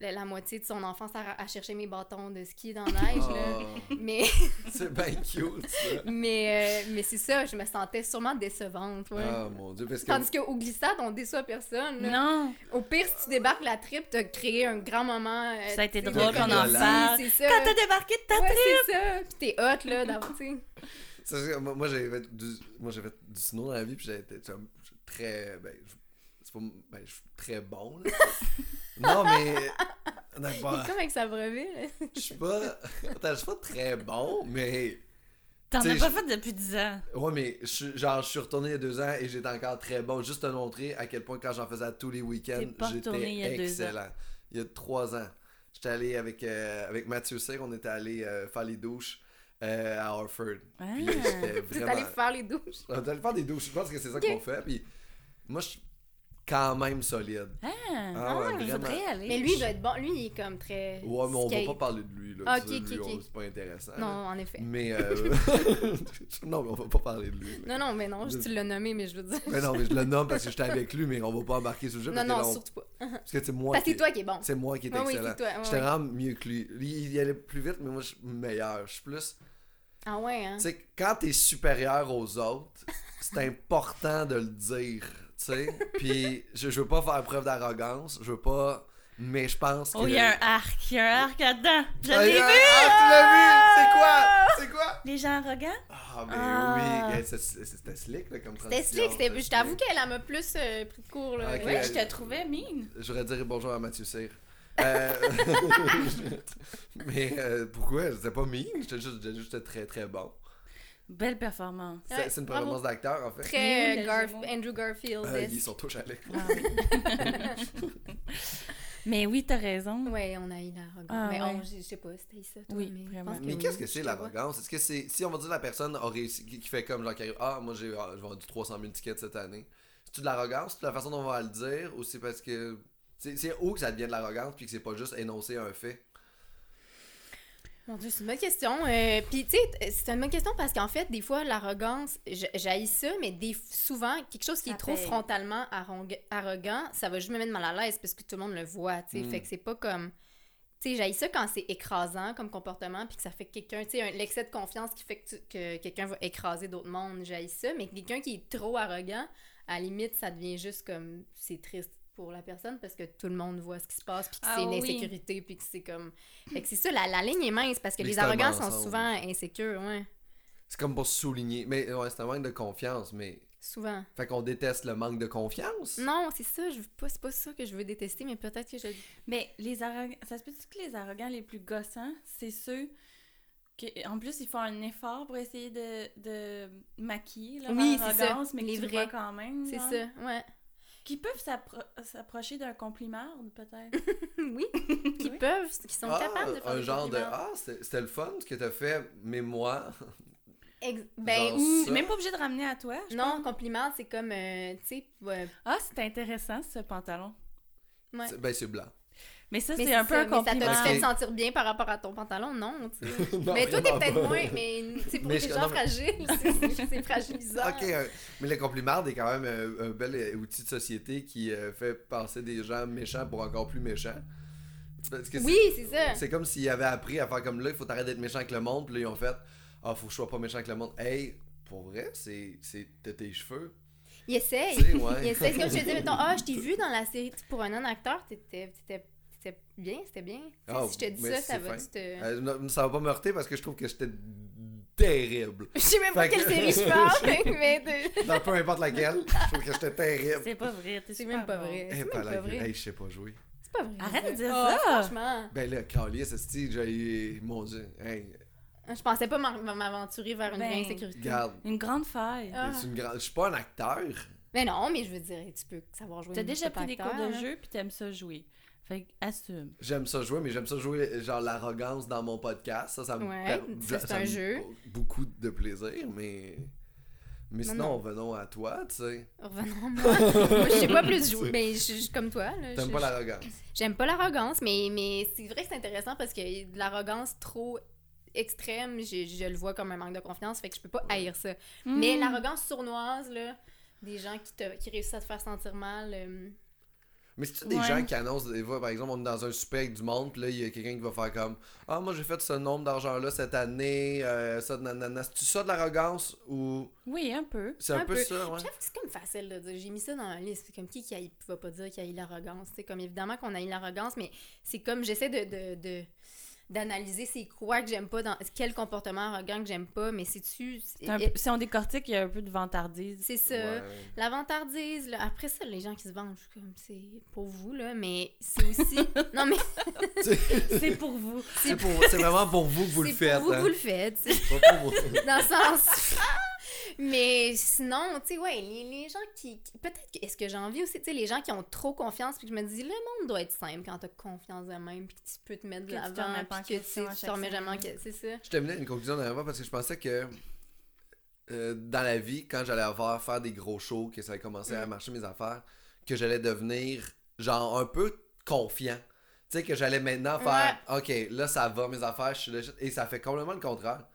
la, la moitié de son enfance à, ra- à chercher mes bâtons de ski dans la neige. là. Oh, Mais, [LAUGHS] c'est bien cute ça. mais, euh, mais c'est ça, je me sentais sûrement décevante. ouais. Ah mon dieu, parce que Tandis qu'au glissade, on déçoit personne. là. Non! Au pire, si tu débarques la trip, t'as créé un grand moment. euh, Ça a été tu sais, drôle comme- qu'on en Oui, parle. C'est ça. Quand t'as débarqué de ta Ouais, c'est ça. Puis t'es hot, là, d'avoir, tu sais. Ça, c'est- moi, moi, j'avais fait du, moi, j'ai fait du snow dans la vie, puis j'ai été comme, je suis très. Ben, je, c'est pas, ben, je suis très bon, [LAUGHS] là. non, mais. non, Il bah, est comme avec sa brevet, là. je suis pas. Attends, je suis pas très bon, mais. T'en T'sais, as pas je- fait depuis 10 ans. Ouais, mais je, suis- genre, je suis retourné il y a deux ans et j'étais encore très bon. Juste te montrer à quel point, quand j'en faisais à tous les T'es week-ends, pas retourné il y a j'étais deux ans. excellent. Il y a trois ans, j'étais allé avec, euh, avec Mathieu Cyr, on était allé euh, faire les douches euh, à Harford. Puis euh, j'étais [LAUGHS] Ah! Vous êtes vraiment. allé faire les douches. On est allé faire des douches. Je pense que c'est ça Ok. qu'on fait. Puis moi, je suis quand même solide. Ah, Ah ouais, je voudrais y vraiment. aller. Mais lui, il doit être bon. Lui, il est comme très. Ouais, mais on skate. va pas parler de lui. Là. Ah, Tu sais, ok, lui, ok, on- ok. C'est pas intéressant. Non, là. en effet. Mais. euh, [LAUGHS] non, mais on va pas parler de lui. là. Non, non, mais non, je- Je- tu l'as nommé, mais je veux dire. Mais non, mais je le nomme parce que j'étais avec lui, mais on va pas embarquer sur le sujet. Non, parce que là, non, on- surtout pas. Parce que c'est moi, Parce que qui... c'est toi qui est bon. c'est moi qui est Oui, oui, excellent. c'est toi. ouais, J'étais ouais. vraiment mieux que lui. Lui, il y allait plus vite, mais moi, je suis meilleur. Je suis plus. Ah ouais, hein. Tu sais, quand t'es supérieur aux autres, c'est important de le dire, tu sais. Puis je, je veux pas faire preuve d'arrogance, je veux pas... Mais je pense que... Oh, il y a un arc, il y a un arc là-dedans. Je Ah, il y l'ai a un- vu! Ah, tu l'as vu! C'est quoi? C'est quoi? Les gens arrogants? Ah, mais Ah. oui! hey, c'est- c'est- C'était slick, là, comme C'était transition, slick. c'était- Je t'avoue qu'elle elle m'a plus euh, pris de cours, là. Ah, Ok. Ouais, Ouais. je te trouvais mine. Je voudrais dire bonjour à Mathieu Cyr. Euh, [LAUGHS] mais euh, pourquoi? C'était pas mean, j'étais juste, j'étais juste très très bon. Belle performance. C'est Ouais, c'est une bravo. performance d'acteur, en fait. Mais Très oui, euh, le Garf- jumeau. Andrew Garfield. Euh, ils sont tous chalets. Ah oui. [LAUGHS] mais oui, t'as raison. Ouais, on a eu l'arrogance. Ah, mais on, ouais. je je sais pas, c'était ça. Toi, Oui, mais je vraiment. pense Mais oui, qu'est-ce que c'est je te vois. l'arrogance? Est-ce que c'est. Si on va dire la personne a réussi, qui qui fait comme genre qui arrive, Ah, moi j'ai ah, j'ai vendu 300 000 tickets cette année. C'est-tu de l'arrogance? C'est la façon dont on va le dire ou c'est parce que. C'est c'est où que ça devient de l'arrogance puis que c'est pas juste énoncer un fait? Mon Dieu, c'est une bonne question. Euh, Puis, tu sais, t- c'est une bonne question parce qu'en fait, des fois, l'arrogance, je- j'haïs ça, mais des, souvent, quelque chose qui Ça est trop paye. frontalement arrong- arrogant, ça va juste me mettre mal à l'aise parce que tout le monde le voit, tu sais. Mm. Fait que c'est pas comme. Tu sais, j'haïs ça quand c'est écrasant comme comportement, puis que ça fait que quelqu'un, tu sais, un- l'excès de confiance qui fait que, tu- que quelqu'un va écraser d'autres mondes, j'haïs ça, mais quelqu'un qui est trop arrogant, à la limite, ça devient juste comme. C'est triste pour la personne parce que tout le monde voit ce qui se passe, puis que Ah c'est une oui. insécurité, puis que c'est comme. Fait que c'est ça, la, la ligne est mince parce que Mais les c'est un arrogants sont mensonge. souvent insécures, ouais. C'est comme pour souligner. Mais ouais, c'est un manque de confiance, mais. Souvent. Fait qu'on déteste le manque de confiance? Non, c'est ça, je veux pas, c'est pas ça que je veux détester, mais peut-être que je. Mais les arrogants, ça se peut-tu que les arrogants les plus gossants, c'est ceux qui, en plus, ils font un effort pour essayer de, de maquiller leur Oui, c'est ça. arrogance, mais que Les tu le vrais. vois quand même. C'est genre. ça, ouais. Qui peuvent s'appro- s'approcher d'un compliment, peut-être. oui. [LAUGHS] Qui [LAUGHS] Oui. peuvent, qui sont Ah, capables de faire un des genre de compliments. ah c'était c'était le fun ce que t'as fait mais moi [LAUGHS] Ex- ben, Genre ou- Ou même pas obligé de ramener à toi. je Non, pense. compliment, c'est comme, euh, tu sais, ouais. Ah, c'est intéressant, ce pantalon. Ouais. c'est- ben c'est blanc Mais ça, Mais c'est un peu ça, un mais ça compliment. t'a fait Ok. te sentir bien par rapport à ton pantalon, non? tu sais. [LAUGHS] Non, mais toi, t'es vraiment peut-être pas. [LAUGHS] moins, mais c'est pour Mais les je- gens non, mais- fragiles, [LAUGHS] c'est- c'est- c'est fragilisant. ok euh, mais le compliment est quand même euh, un, bel euh, outil de société qui euh, fait passer des gens méchants pour encore plus méchants parce que c'est- Oui, c'est ça. c'est comme s'ils avaient appris à faire comme là il faut t'arrêter d'être méchant avec le monde puis là ils ont fait ah faut que je sois pas méchant avec le monde hey pour vrai c'est c'est t'as tes cheveux Il essaye. Tu sais, ouais. [LAUGHS] [LAUGHS] Il essaye. C'est comme je te dis, mettons, ah, je t'ai vu dans la série. Pour un non-acteur, t'étais t'étais- t'étais bien, c'était bien. Tu sais, Ah, si je te dis mais ça, c'est ça va. fin. tu te- Euh, non, ça va pas me heurter parce que je trouve que j'étais terrible [LAUGHS] Je sais même pas Fait [LAUGHS] quelle que- série je [LAUGHS] parle, [LAUGHS] mais. de- dans peu importe laquelle je trouve que j'étais terrible C'est pas vrai. t'es C'est super même pas bon. vrai. Eh, C'est même pas la pas gueule. vrai. Hey, je sais pas jouer. C'est pas vrai. Arrête de dire Oh, ça. Franchement, Ben là, Carlis, c'est j'ai. Mon dieu. Hey, Ah, je pensais pas m'en- m'aventurer vers une Ben. vraie insécurité. regarde. Une grande faille. Ah. c'est une grande- Je suis pas un acteur. Mais non, mais je veux dire, tu peux savoir jouer. T'as mais déjà t'es pas pris des cours acteur, hein. de là. jeu, puis t'aimes ça jouer. Fait que, assume. J'aime ça jouer, mais j'aime ça jouer genre l'arrogance dans mon podcast. Ça, ça me Ouais, per- ça, c'est me un jeu. Beaucoup de plaisir, mais. Mais Non, sinon, non. venons à toi, tu sais. Revenons à moi. [LAUGHS] moi, je sais pas [LAUGHS] plus jouer. Ben, je suis comme toi. là. T'aimes Je- pas l'arrogance. J'aime pas l'arrogance, mais, mais c'est vrai que c'est intéressant parce que de l'arrogance trop extrême, je, je le vois comme un manque de confiance, fait que je peux pas haïr ça. Mais Hmm. l'arrogance sournoise, là, des gens qui, te, qui réussissent à te faire sentir mal, euh, Mais c'est-tu des Ouais. gens qui annoncent des fois, par exemple, on est dans un super avec du monde, puis là, il y a quelqu'un qui va faire comme Ah, moi, j'ai fait ce nombre d'argent-là cette année, euh, ça, nanana. C'est-tu ça de l'arrogance ou. Oui, un peu. C'est un, Un peu, peu. ça, ouais. Je trouve que c'est comme facile de dire. J'ai mis ça dans la liste. C'est comme qui qui haït- va pas dire qu'il a eu l'arrogance. C'est comme évidemment qu'on a eu l'arrogance, mais c'est comme j'essaie de. de- de- d'analyser c'est quoi que j'aime pas dans quel comportement arrogant que j'aime pas mais c'est tu C'est un peu- Si on décortique, il y a un peu de [LAUGHS] vantardise. c'est ça Ouais. la vantardise là. après ça les gens qui se vengent je suis comme c'est pour vous là mais c'est [LAUGHS] aussi non mais C'est pour vous. C'est pour- c'est vraiment pour vous que vous le c'est faites. pour vous hein. vous le faites c'est Pas [LAUGHS] pour moi. dans le sens. [LAUGHS] Mais sinon, tu sais, ouais, les, les gens qui. qui- Peut-être que. Est-ce que j'ai envie aussi, tu sais, les gens qui ont trop confiance, puis que je me dis, le monde doit être simple quand t'as confiance de même, puis que tu peux te mettre de Que tu te l'avant, remets pas en puis que tu question sais, à tu te chaque remets jamais en semaine. question. C'est ça. Je terminais une conclusion dernière fois parce que je pensais que euh, dans la vie, quand j'allais avoir faire des gros shows, que ça allait commencer Mm. à marcher mes affaires, que j'allais devenir genre un peu confiant. Tu sais, que j'allais maintenant faire OK, là ça va mes affaires, je suis legit. Et ça fait complètement le contraire.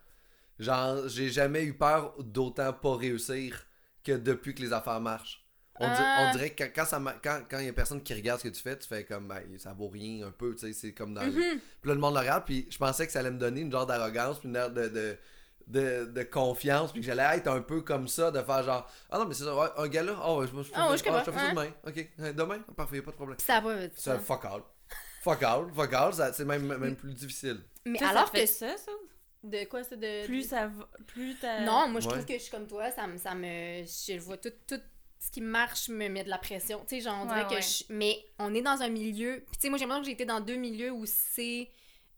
Genre, j'ai jamais eu peur d'autant pas réussir que depuis que les affaires marchent. On, di- Ah. on dirait que quand, quand ça ma- quand, quand il y a personne qui regarde ce que tu fais, tu fais comme Ben, ça vaut rien un peu, tu sais, c'est comme dans le- Mhm. puis là, le monde le regarde, puis je pensais que ça allait me donner une genre d'arrogance, puis une genre de, de, de, de confiance, puis que j'allais être un peu comme ça, de faire genre Ah non, mais c'est ça, ouais, un gars là, oh, je, je, je, Ah, ouais, je ah, te capte, fais ça ouais. demain, ok, Ouais, demain, Ah, parfait, pas de problème. Puis ça va. tu Ça, sais. fuck all. Fuck all, fuck all, ça- c'est même, même plus difficile. Mais Toi, ça alors te que. fait ça, ça? De quoi, ça de. Plus ça va, plus t'as... Non, moi, je Ouais. trouve que je suis comme toi, ça me. Ça me je vois tout. tout ce qui marche me met de la pression. Tu sais, genre, on dirait Ouais, que ouais. je- Mais on est dans un milieu. Puis, tu sais, moi, j'ai l'impression que j'ai été dans deux milieux où c'est.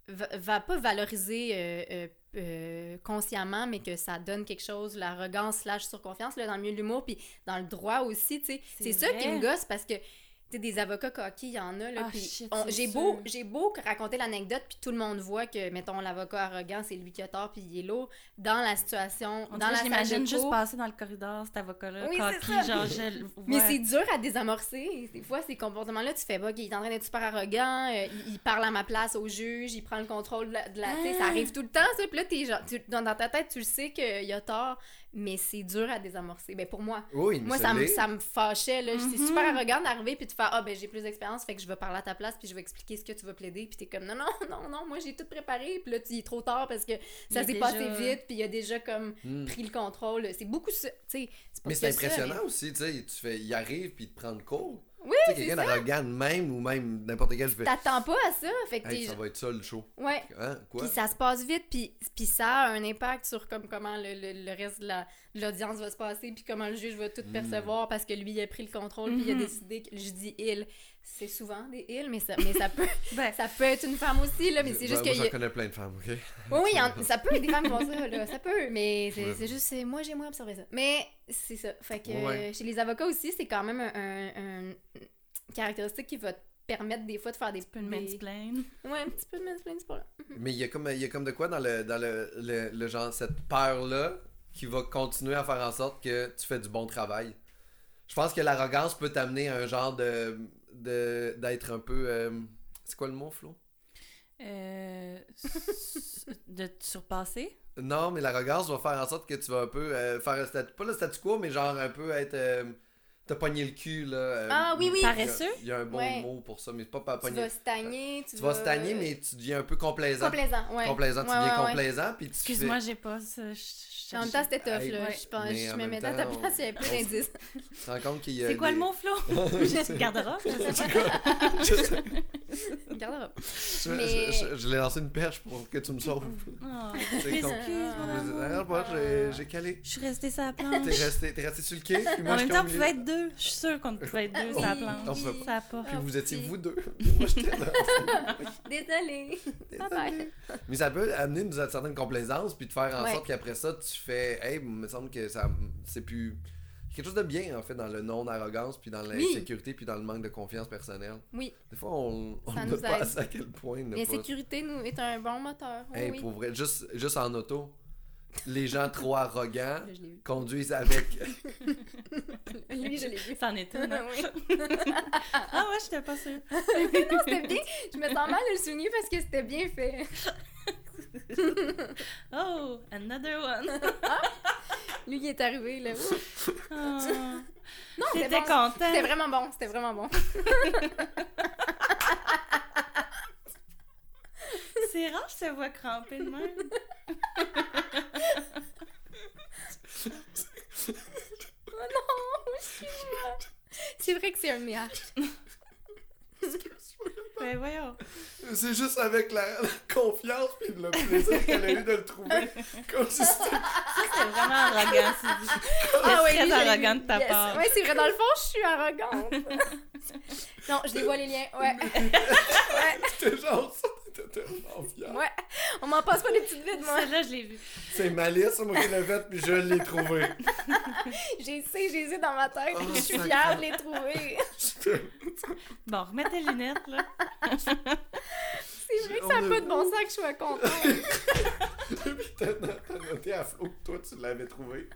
Va, va pas valoriser euh, euh, euh, consciemment, mais que ça donne quelque chose, l'arrogance slash surconfiance, là, dans le milieu de l'humour, puis dans le droit aussi, tu sais. C'est C'est ça qui vrai. me gosse parce que. tu sais, des avocats coquilles, il y en a. là, Ah, puis shit, on- c'est j'ai, beau, sûr. j'ai beau raconter l'anecdote, puis tout le monde voit que, mettons, l'avocat arrogant, c'est lui qui a tort, puis il est lourd. Dans la situation, On dans dirait, la je l'imagine salle de juste cours, passer dans le corridor, cet avocat-là, Oui, c'est coquille, ça. genre, je... le- [LAUGHS] mais ouais. c'est dur à désamorcer. Des fois, ces comportements-là, tu fais bah, il est en train d'être super arrogant, euh, il, il parle à ma place au juge, il prend le contrôle de la. de la- tu sais, Ça Ah. arrive tout le temps, ça. Puis là, t'es genre- tu- dans, dans ta tête, tu le sais qu'il a tort, mais c'est dur à désamorcer. Ben, pour moi. Oui, Moi, mais ça me, l'est. ça me fâchait. là. Mhm. C'est super arrogant d'arriver puis de faire Ah, ben j'ai plus d'expérience, fait que je vais parler à ta place puis je vais expliquer ce que tu vas plaider. Puis t'es comme Non, non, non, non, moi j'ai tout préparé. Puis là, tu il est trop tard parce que ça est s'est déjà- passé vite puis il a déjà comme Mm. pris le contrôle. C'est beaucoup ça. tu sais, pas Mais c'est que ça, impressionnant aussi, tu sais, tu fais, il arrive, puis il te prend le cours. Oui, Tu sais, c'est quelqu'un d'arrogant de même, ou même n'importe quel, je fais T'attends pas à ça. Fait que Hey, t'es- ça va être ça le show. Ouais. Hein, quoi? Puis ça se passe vite, puis, puis ça a un impact sur comme comment le, le- le reste de la- de l'audience va se passer, puis comment le juge va tout Mm. percevoir parce que lui, il a pris le contrôle, puis il a Mhm. décidé que je dis il. C'est souvent des il, mais ça, mais ça, peut, Ben, ça peut être une femme aussi, là, mais c'est Ben, juste moi, que. j'en y a- connais plein de femmes, [LAUGHS] ok? Oui, oui, il y en- ça peut être des femmes qui font ça, là, ça peut, mais c'est Ouais. c'est juste, c'est- moi, j'ai moins observé ça. Mais c'est ça. Fait que Ouais. euh, chez les avocats aussi, c'est quand même un, un- une caractéristique qui va te permettre des fois de faire des. tu peux le des- mansplain. Ouais, un petit peu de mansplain, c'est pas là. Mais il y, a comme- il y a comme de quoi dans le, dans le, le- le genre, cette peur-là qui va continuer à faire en sorte que tu fais du bon travail. Je pense que l'arrogance peut t'amener à un genre de. de- d'être un peu. euh, c'est quoi le mot, Flo Euh, [LAUGHS] s- de te surpasser. Non, mais l'arrogance va faire en sorte que tu vas un peu euh, faire un statu. pas le statu quo, mais genre un peu être. euh, te pogner le cul, là. euh, Ah, oui, oui. il y a- Paresseux? Il y a un bon Ouais. mot pour ça, mais pas pas Tu pogner. vas stagner, tu, Tu vas stagner, mais tu deviens un peu complaisant. Complaisant, ouais. Complaisant, tu Ouais, deviens ouais, ouais. complaisant, puis tu fais- Excuse-moi, j'ai pas ça. je- je- En même temps, je- c'était tough, Hey, là. ouais. Je pense, Mais en je me même mettais à ta temps, place, il y avait plus on- [LAUGHS] d'indices. Tu te rends compte qu'il y a C'est quoi des- le [LAUGHS] mot, [LAUGHS] [LAUGHS] Flo? Je gardera. Regarde, Je, Mais- je- je- je l'ai lancé une perche pour que tu [LAUGHS] me sauves. C'est con. Oh, Excuse-moi, Ah. Je me dis, Regarde, moi, j'ai- j'ai calé. Je suis restée sur la T'es planche. resté, t'es resté sur le quai, puis moi, En même je suis temps, au vous milieu. pouvez être deux. Je suis sûre qu'on pouvait être deux sur Oh. la planche. On peut- Ça a pas. Ah, Puis vous étiez petit. vous deux. [LAUGHS] Moi, j'étais là. Désolée. Bye bye. Mais ça peut amener une certaine complaisance, puis de faire en Ouais. sorte qu'après ça, tu fais Hey, il me semble que ça. C'est plus. Quelque chose de bien, en fait, dans le non-arrogance, puis dans l'insécurité, puis dans le manque de confiance personnelle. Oui, Des fois, on, on Ça ne nous passe à quel point. ne pas- l'insécurité nous est un bon moteur. Oui, Hey, oui. pour vrai, juste, juste en auto. les gens trop arrogants Là, je l'ai vu. conduisent avec. [LAUGHS] Lui, je l'ai vu. C'en est une. hein? [LAUGHS] Oui. Ah ouais, j'étais pas sûre. [LAUGHS] non, c'était bien. Je me sens mal de le souligner parce que c'était bien fait. Oh, another one. Lui, il est arrivé, là. Ouh. Ah. Non, c'était T'étais bon. content. C'était vraiment bon, c'était vraiment bon. [LAUGHS] C'est rare, je te vois cramper de même. Oh non, excuse-moi. C'est vrai que c'est un de mes arcs. Ben voyons. C'est juste avec la, la confiance puis le plaisir qu'elle a eu de le trouver. Comme [LAUGHS] si c'était. Ça, c'est vraiment [LAUGHS] arrogant, Sylvie. C'est Ah ouais, très lui, je l'ai arrogant eu. de ta Yes. part. Ouais, c'est vrai, dans le fond, je [LAUGHS] suis arrogante. non, je dévoile les liens, ouais. [LAUGHS] ouais, C'était genre ça, t'étais tellement fière. ouais. On m'en passe pas des petites vides, moi. Celle-là, je l'ai vue. C'est malice, moi qui l'ai fait, puis je l'ai trouvé. [LAUGHS] J'ai sais, j'ai sais dans ma tête, Oh, je suis sacré. fière de les trouver. Bon, remets tes lunettes, là. C'est vrai que On ça n'a a- pas de bon sens que je sois contente. T'as t'as noté à Flo que toi, tu l'avais trouvé.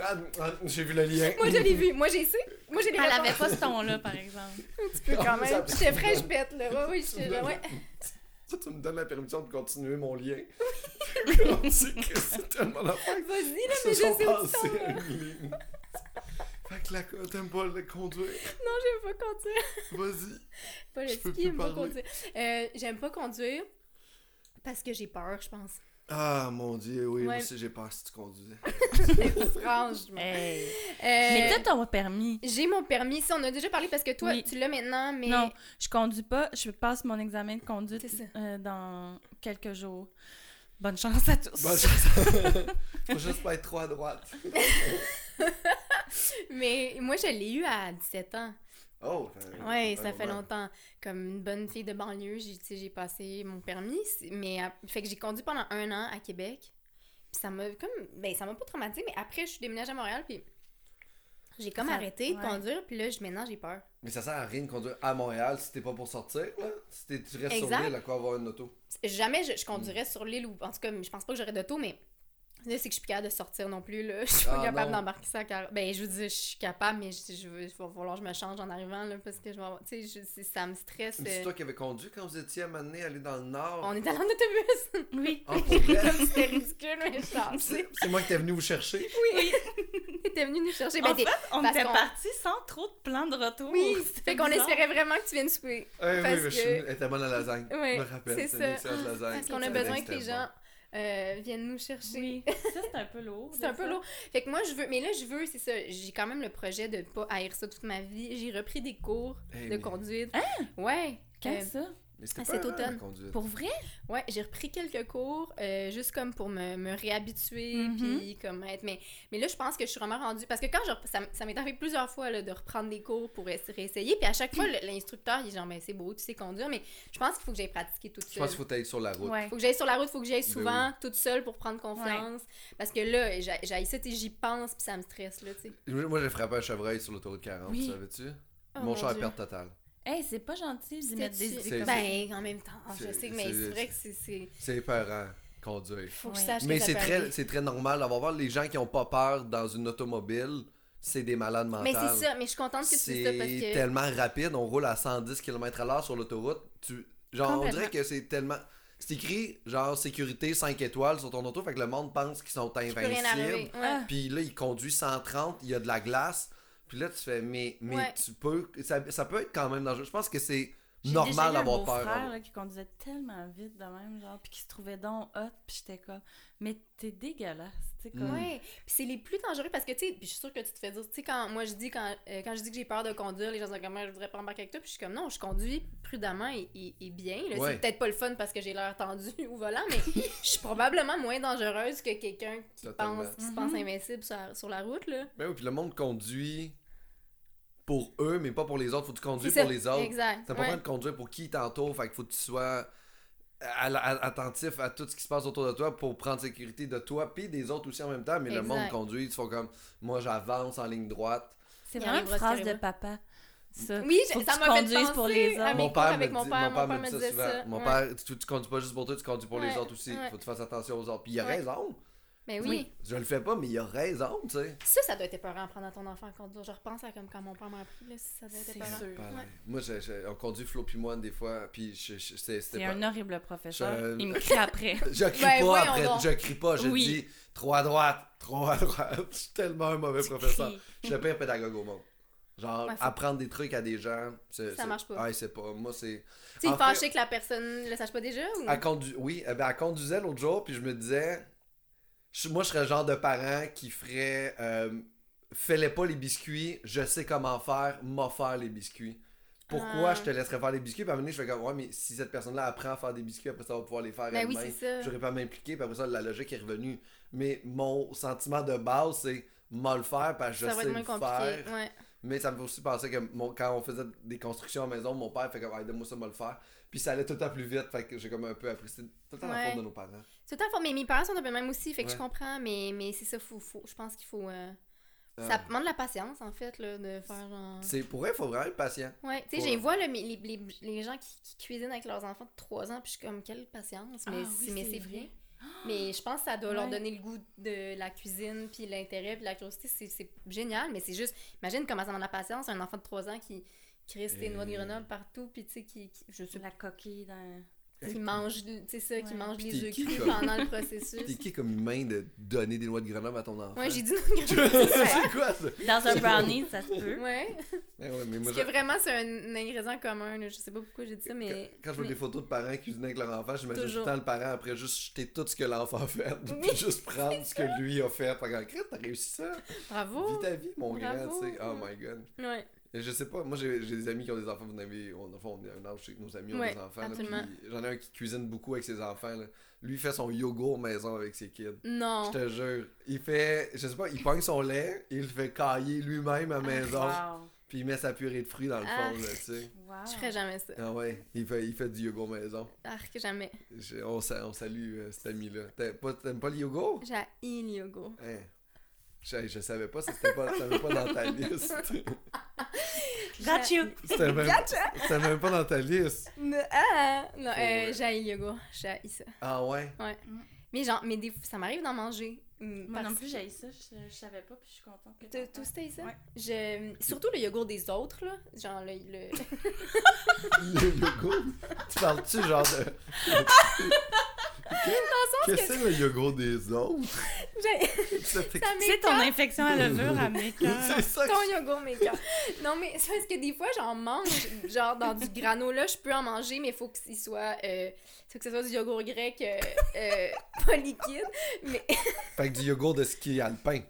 Ah, ah, J'ai vu le lien. Moi, je l'ai vu. Moi, j'ai sais. Moi, j'ai les Elle avait réponses pas ce ton-là, [LAUGHS] par exemple. un petit peu quand même. J'étais fraîche bête, là. Ouais, oui, Tu me j'étais là, donnes- ouais. Ça, tu me donnes la permission de continuer mon lien. [LAUGHS] Comme si que c'est tellement la fin [LAUGHS] Vas-y, là, qui mais je sais se où sont ils passés sont, là. à une ligne. Fait que la t'aimes pas le conduire. Non, j'aime pas conduire. Vas-y. Pas le Je ski, peux plus j'aime pas parler. conduire. Euh, j'aime pas conduire parce que j'ai peur, je pense. Ah mon dieu, oui, moi Ouais. aussi j'ai peur si tu conduisais. [LAUGHS] Franchement. Hey. Euh, Mais t'as ton permis. j'ai mon permis. Ça, on a déjà parlé parce que toi, Oui. tu l'as maintenant, mais. Non, je conduis pas. Je passe mon examen de conduite C'est ça. euh, dans quelques jours. Bonne chance à tous. Bon, je- [LAUGHS] Faut juste pas être trop à droite. Mais moi, je l'ai eu à 17 ans. Oh! Ouais, ça fait longtemps. Comme une bonne fille de banlieue, j'ai tu sais, j'ai passé mon permis, c'est- mais à- fait que j'ai conduit pendant un an à Québec. Puis ça m'a comme ben ça m'a pas traumatisé, mais après je suis déménagée à Montréal puis j'ai comme Ça- arrêté de ouais. conduire, puis là je- maintenant j'ai peur. Mais ça sert à rien de conduire à Montréal si t'es pas pour sortir, là. Si t'es- tu restes sur Exact. l'île, à quoi avoir une auto? Jamais je, je conduirais Mm. sur l'île ou en tout cas, je pense pas que j'aurais d'auto, mais là c'est que je suis plus capable de sortir non plus là, [LAUGHS] je suis pas Ah, capable non. d'embarquer ça car ben je vous dis je suis capable mais je, je veux- il va falloir que je me change en arrivant là parce que je vais avoir- tu sais je- c'est- ça me stresse. Mais euh, C'est toi qui avais conduit quand vous étiez amené à aller dans le nord. On est allé en autobus. [LAUGHS] Oui. En progrès. Comme c'était ridicule, mais genre, [LAUGHS] C'est c'est moi qui t'es venu vous chercher. Oui. T'étais venu nous chercher. Ben, en t'es- fait, on parce était qu'on- partis sans trop de plan de retour. [LAUGHS] oui. C'était Fait qu'on bizarre. espérait vraiment que tu viennes souper. Eh Parce oui, mais je suis que- venu- elle était bonne à la lasagne. Ouais, je me rappelle. c'est une ça. excellente lasagne. Parce qu'on a C'était besoin bien, que les c'était gens euh, viennent nous chercher. Oui. Ça, c'est un peu lourd. C'est un des peu fois. lourd. Fait que moi, je veux. Mais là, je veux, c'est ça. J'ai quand même le projet de pas haïr ça toute ma vie. J'ai repris des cours bon. Eh, de mais- conduite. Ouais. Quand Euh, ça? Mais c'était Ah, pas cet un an, la automne. conduite. Pour vrai? Ouais, j'ai repris quelques cours, euh, juste comme pour me, me réhabituer, Mhm. puis comme être... Mais, mais là, je pense que je suis vraiment rendue... Parce que quand je... rep- Ça, m- ça m'est arrivé plusieurs fois, là, de reprendre des cours pour essa- réessayer, puis à chaque [CLEARS THROAT] fois, le- l'instructeur, il est genre, ben c'est beau, tu sais conduire, mais je pense qu'il faut que j'aille pratiquer toute Je pense seule. qu'il faut être sur la route. Ouais. Faut que j'aille sur la route, faut que j'aille Ben souvent, toute seule, pour prendre confiance. Parce que là, j'ha- j'haïs ça, tu sais, j'y pense, puis ça me stresse, là, tu sais. Moi, j'ai frappé un chevreuil sur l'autoroute 40, Oui. savais-tu? Oh, Mon char à Dieu. perte totale. Hey, c'est pas gentil d'y mettre des C'est- idées comme ça. Ben, en même temps, je C'est- sais, mais c'est- c'est vrai que c'est... c'est- C'est épeurant, conduire. Faut que Ah, je Ouais. sache que Mais ça c'est peut très, arriver. c'est très normal d'avoir voir les gens qui ont pas peur dans une automobile, c'est des malades mentaux. Mais c'est ça, mais je suis contente que tu dises ça, parce que... C'est tellement rapide, on roule à 110 km à l'heure sur l'autoroute. Tu... Genre, on Complètement. dirait que c'est tellement. C'est écrit, genre, sécurité 5 étoiles sur ton auto, fait que le monde pense qu'ils sont Il peut rien invincibles. arriver. ouais. Ah. Puis là, il conduit 130, il y a de la glace. Puis là, tu fais, mais, mais Ouais. tu peux. Ça, ça peut être quand même dangereux. Je pense que c'est J'ai déjà normal eu un d'avoir peur. beau-frère, là, qui conduisait tellement vite de même, genre, puis qui se trouvait donc hot, puis j'étais comme, mais t'es dégueulasse, tu sais, comme. Ouais, puis c'est les plus dangereux parce que, tu sais, puis je suis sûre que tu te fais dire, tu sais, quand moi je dis, quand, euh, quand je dis que j'ai peur de conduire, les gens sont comme, Ah, je voudrais pas embarquer avec toi, puis je suis comme, non, je conduis prudemment et, et- et bien. là. Ouais. C'est peut-être pas le fun parce que j'ai l'air tendue [LAUGHS] au volant, mais je suis probablement moins dangereuse que quelqu'un qui, Totalement. pense, qui se pense Mhm. invincible sur, sur la route, là. Ben oui, puis le monde conduit pour eux, mais pas pour les autres. Faut que tu conduis C'est ça. pour les autres. Exact. C'est important Ouais. de conduire pour qui t'entoure. Fait qu'il faut que tu sois à la- à- attentif à tout ce qui se passe autour de toi pour prendre sécurité de toi puis des autres aussi en même temps. Mais le Exact. monde conduit, ils font comme moi j'avance en ligne droite. C'est Il y a vraiment un une gros phrase de stéréotype. papa, ça. Oui, j'ai- Faut que ça tu m'a fait conduises penser pour les à autres. mes Mon cours avec me mon dit- père, mon père me disait ça. Mon Ouais. père, tu, tu conduis pas juste pour toi, tu conduis pour les Ouais, autres aussi. ouais. Faut que tu fasses attention aux autres. Puis il a Ouais. raison. Mais oui. Je le fais pas, mais il a raison, tu sais. Ça, ça doit être épeurant en prendre ton enfant en conduire. Je repense à comme quand mon père m'a appris, là, ça doit être C'est épeurant. sûr. Pareil. Ouais. Moi, je- je- on conduit Flo puis moi des fois, puis je- je- c'est- c'était C'est pas... un horrible professeur. Je- Il me crie [LAUGHS] après. Je crie Ben, pas voyons après, donc. je crie pas, je Oui. dis trois à droite, trois à droite. [LAUGHS] Je suis tellement un mauvais Tu professeur. cries. Je suis le pire pédagogue au monde. Genre, Ouais, faut- apprendre des trucs à des gens, c'est- Ça c'est- marche pas. Ouais, c'est pas. Moi, c'est. Tu sais, En fait- penché que la personne le sache pas déjà ou. Elle condu- Oui, eh ben, elle conduisait l'autre jour, puis je me disais. je- Moi, je serais le genre de parent qui ferait. euh, Fais-les pas les biscuits, je sais comment faire, m'a faire les biscuits. Pourquoi Ah. je te laisserais faire les biscuits? Puis à un moment donné, je fais comme, ouais, mais si cette personne-là apprend à faire des biscuits, après ça, elle va pouvoir les faire Ben oui, elle-même. c'est ça. J'aurais pas m'impliquer, puis après ça, la logique est revenue. Mais mon sentiment de base, c'est mal le faire, parce que Ça je va sais être le moins faire. compliqué. Ouais. Mais ça me fait aussi penser que mon- quand on faisait des constructions à la maison, mon père fait comme, aide moi ça, me le faire. Puis ça allait tout le temps plus vite, fait que j'ai comme un peu apprécié tout le temps la Ouais. faute de nos parents. C'est tout le temps fort, mais mes parents sont un peu de même aussi, fait que je Ouais. comprends, mais, mais c'est ça, faut, faut, je pense qu'il faut. euh, Euh, Ça demande de la patience, en fait, là, de faire genre. c'est pour vrai, faut vraiment être patient. Ouais, tu sais, Ouais. j'ai vois là, mais les, les, les gens qui, qui cuisinent avec leurs enfants de 3 ans, puis je suis comme, quelle patience, mais Ah oui, c'est mais c'est c'est vrai. vrai. Mais je pense que ça doit leur Ouais. donner le goût de la cuisine, puis l'intérêt, puis la curiosité, c'est- c'est génial, mais c'est juste, imagine comment ça demande de la patience, un enfant de 3 ans qui crisse des noix de Euh. grenoble partout, puis tu sais, qui, qui- je sais La coquille dans. pas, qui mange, tu sais ça, qui Ouais. mange [LAUGHS] Puis les t'es œufs qui, crus comme- pendant le T'es processus. qui comme humain de donner des noix de grenoble à ton enfant? Ouais, j'ai [LAUGHS] dit [LAUGHS] noix de grenoble. c'est quoi ça? Ben Dans un [LAUGHS] brownie, ça se peut. Ouais. Ouais, ouais, mais moi, Parce que vraiment, c'est un ingrédient commun. là. Je sais pas pourquoi j'ai dit ça, Quand, mais. quand je vois mais- des photos de parents cuisiner avec leur enfant, j'imagine tout le Toujours. temps le parent après juste jeter tout ce que l'enfant a fait, [LAUGHS] puis Oui, juste prendre ce que lui a fait. Fait que, Crête, t'as réussi ça. Vis Bravo! ta vie, mon grand, Bravo. tu sais. Oh my god. Ouais. Et je sais pas, moi j'ai j'ai des amis qui ont des enfants, vous en avez, on, enfin, on est un âge chez nos amis ont Ouais, des enfants. là, absolument. puis J'en ai un qui cuisine beaucoup avec ses enfants. là. Lui, il fait son yogourt maison avec ses kids. Je Non. te jure. Il fait, je sais pas, il pogne son lait, il le fait cailler lui-même à maison, Wow. puis il met sa purée de fruits dans le Ah. fond, là, tu sais. Wow. Je ferais jamais ça. Ah ouais, il fait, il fait du yogourt maison. Arc, jamais. Je- on, sa- on salue euh, cet ami-là. T'aimes pas, t'aimes pas le yogourt? J'ai le yogourt. Hein. Je, je savais pas, ça, c'était pas, c'était même pas dans ta [LAUGHS] liste. Got you. C'était même, c'était même pas dans ta liste. Non, ah, ah. non Faut, euh, euh, j'haïs le yogourt. J'haïs ça. Ah ouais? Mais genre, mais des... fois, ça m'arrive d'en manger. hum, Moi non parce plus, que- j'ai ça. Je, je savais pas, puis je suis contente. que T'as t'en tous parles. t'as ça? Ouais. Je... mm, Surtout le yogourt des autres, là. Genre le... [LAUGHS] le- [LAUGHS] Le yogourt? Tu parles-tu genre de. Qu'est-ce que c'est le yogourt des autres? J'ai- [LAUGHS] Ça fait- Ça C'est ton infection à levure à [LAUGHS] mes cœurs. C'est ça que ton yogourt maker. [LAUGHS] Non, mais c'est parce que des fois, j'en mange, genre dans du granola, je peux en manger, mais il faut qu'il soit, euh, faut que ce soit du yogourt grec, euh, euh, pas liquide, mais Fait que du yogourt de ski alpin.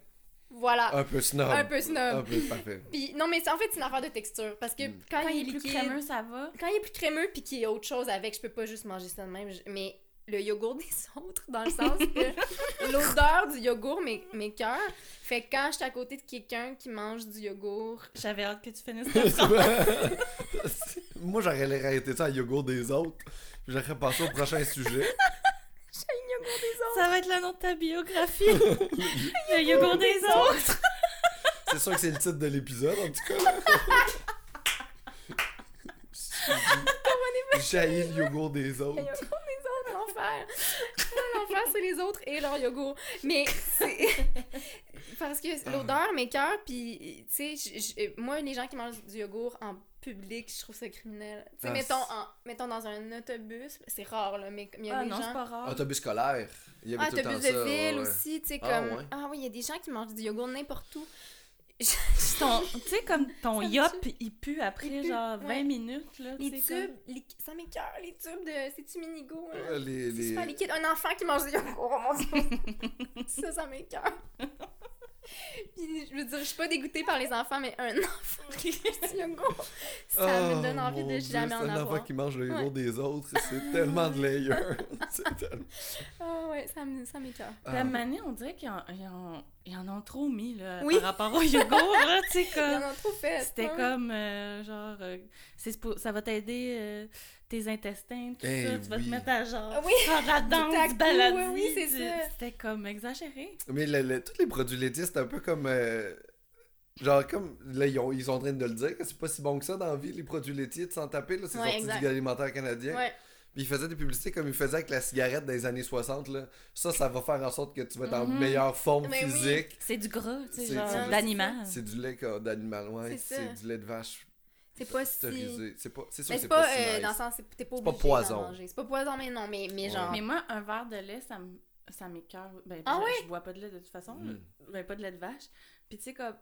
voilà, Un peu snob. un peu snob. Un peu parfait. Puis non, mais c'est- en fait, c'est une affaire de texture, parce que Mm. quand, il est plus liquide, crémeux, ça [LAUGHS] va. quand il est plus crémeux, puis qu'il y a autre chose avec, je peux pas juste manger ça de même, je- mais le yogourt des [LAUGHS] autres, dans le sens [LAUGHS] que l'odeur du yogourt mes maker fait que quand je suis à côté de quelqu'un qui mange du yogourt, J'avais hâte que tu finisses ta phrase. [LAUGHS] Moi, j'aurais arrêté ça à yogourt des autres. puis J'aurais passé au prochain sujet. Ça va être le nom de ta [LAUGHS] biographie. le yogourt des autres. C'est sûr que c'est le titre de l'épisode, en tout cas. J'ai haï le yogourt des Le yogourt autres. des autres, l'enfer. Ah, L'enfer, c'est les autres et leur yogourt. Mais c'est. [LAUGHS] Parce Ah. que l'odeur, mes cœurs, puis, tu sais, je- je- moi, les gens qui mangent du yogourt en public, je trouve ça criminel. Tu sais, Ah, mettons, c'est- en- mettons dans un autobus, c'est rare, là, mais il y a Ah des non, c'est gens. pas rare. Autobus scolaire. Il y avait Ah, tout le temps autobus ça. de ville ouais, ouais. aussi, tu sais, comme. Ah, Ah, ouais. oui, il y a des gens qui mangent du yogourt n'importe où. Ton- Tu sais, comme ton Ça me yop, il pue après Il pue, genre 20 ouais. minutes. Là, Les tu tubes, sais, les- ça m'écœure, les tubes de. C'est-tu Minigo? hein? Euh, Les, C'est les... super liquide. Un enfant qui mange du yogourt, oh mon dieu. [LAUGHS] ça, ça [LAUGHS] m'écoeure. Puis, je veux dire, je suis pas dégoûtée par les enfants, mais un [LAUGHS] enfant qui [LAUGHS] mange du yogourt, ça me donne Oh, envie mon de Dieu, jamais en C'est un enfant avoir. qui mange le yogourt Ouais. des autres. C'est tellement de layers. [LAUGHS] C'est tellement- Ah. Ah ouais, ça, me- ça m'écoeure. Puis à un moment donné, on dirait qu'ils en, ils en- ils en ont trop mis là, Oui. par rapport au yogourt. là, [LAUGHS] tu sais, Ah, Ils comme. en ont trop fait. C'était hein. comme, euh, genre, euh, c'est suppo- ça va t'aider euh, tes intestins, tout Eh ça, tu vas oui. te mettre à genre, Ah oui, faire de la à danse, coup, balade oui, oui, c'est ça. C'était comme exagéré. Mais le- le- tous les produits laitiers, c'est un peu comme. euh, Genre, comme. Là, ils, ont- ils sont en train de le dire, que c'est pas si bon que ça dans la vie, les produits laitiers, de s'en taper. là, C'est Ouais, sorti exact. du guide alimentaire canadien. Ouais. Puis il faisait des publicités comme il faisait avec la cigarette des années 60. Là. Ça, ça va faire en sorte que tu vas être en Mhm. meilleure forme Mais oui. physique. C'est du gras, tu C'est sais, genre, du- d'animal. C'est du lait qu'a- d'animal, ouais. C'est ça. C'est du lait de vache C'est pas si. pasteurisé. C'est pas, c'est sûr Mais que c'est c'est pas, pas, si euh, nice. dans le sens, c'est- t'es pas C'est pas obligé d'en poison. manger. C'est pas poison, mais non, mais, mais Ouais. genre. Mais moi, un verre de lait, ça me ça m'écœure. Ben, Ah je, ouais? je bois pas de lait de toute façon. Mm. Ben, pas de lait de vache. Puis tu sais, comme,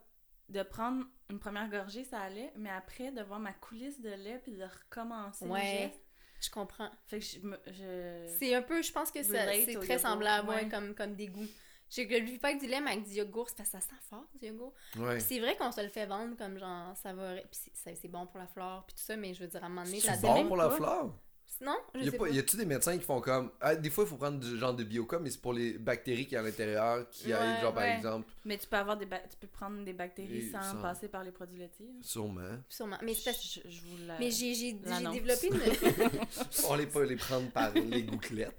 de prendre une première gorgée, ça allait, mais après, de voir ma coulisse de lait, puis de recommencer Ouais. le geste, Je comprends. euh, fait que je... me- je... C'est un peu, je pense que ça- Relate c'est au très yogourt, semblable, ouais, ouais. comme, comme des goûts. Je ne vis pas avec du lait, mais avec du yogourt, c'est parce que ça sent fort, du yogourt. Ouais. Puis C'est vrai qu'on se le fait vendre comme genre, ça va. Puis c'est- ça- c'est bon pour la flore, puis tout ça, mais je veux dire, à un moment donné, ça C'est t'as bon même pour la pas. flore? Non, je Y a sais pas- pas. y a-tu des médecins qui font comme. Ah, des fois, il faut prendre du genre de biocom, mais c'est pour les bactéries qui y a à l'intérieur, qui Ouais, arrivent, genre par ouais. exemple, Mais tu peux avoir des... ba- Tu peux prendre des bactéries Et sans sans- passer par les produits laitiers. sûrement. Sûrement. Mais c'est parce- je, je vous la... mais j'ai j'ai- j'ai l'annonce. [LAUGHS] développé une. [LAUGHS] On les peut les prendre par les gouttelettes.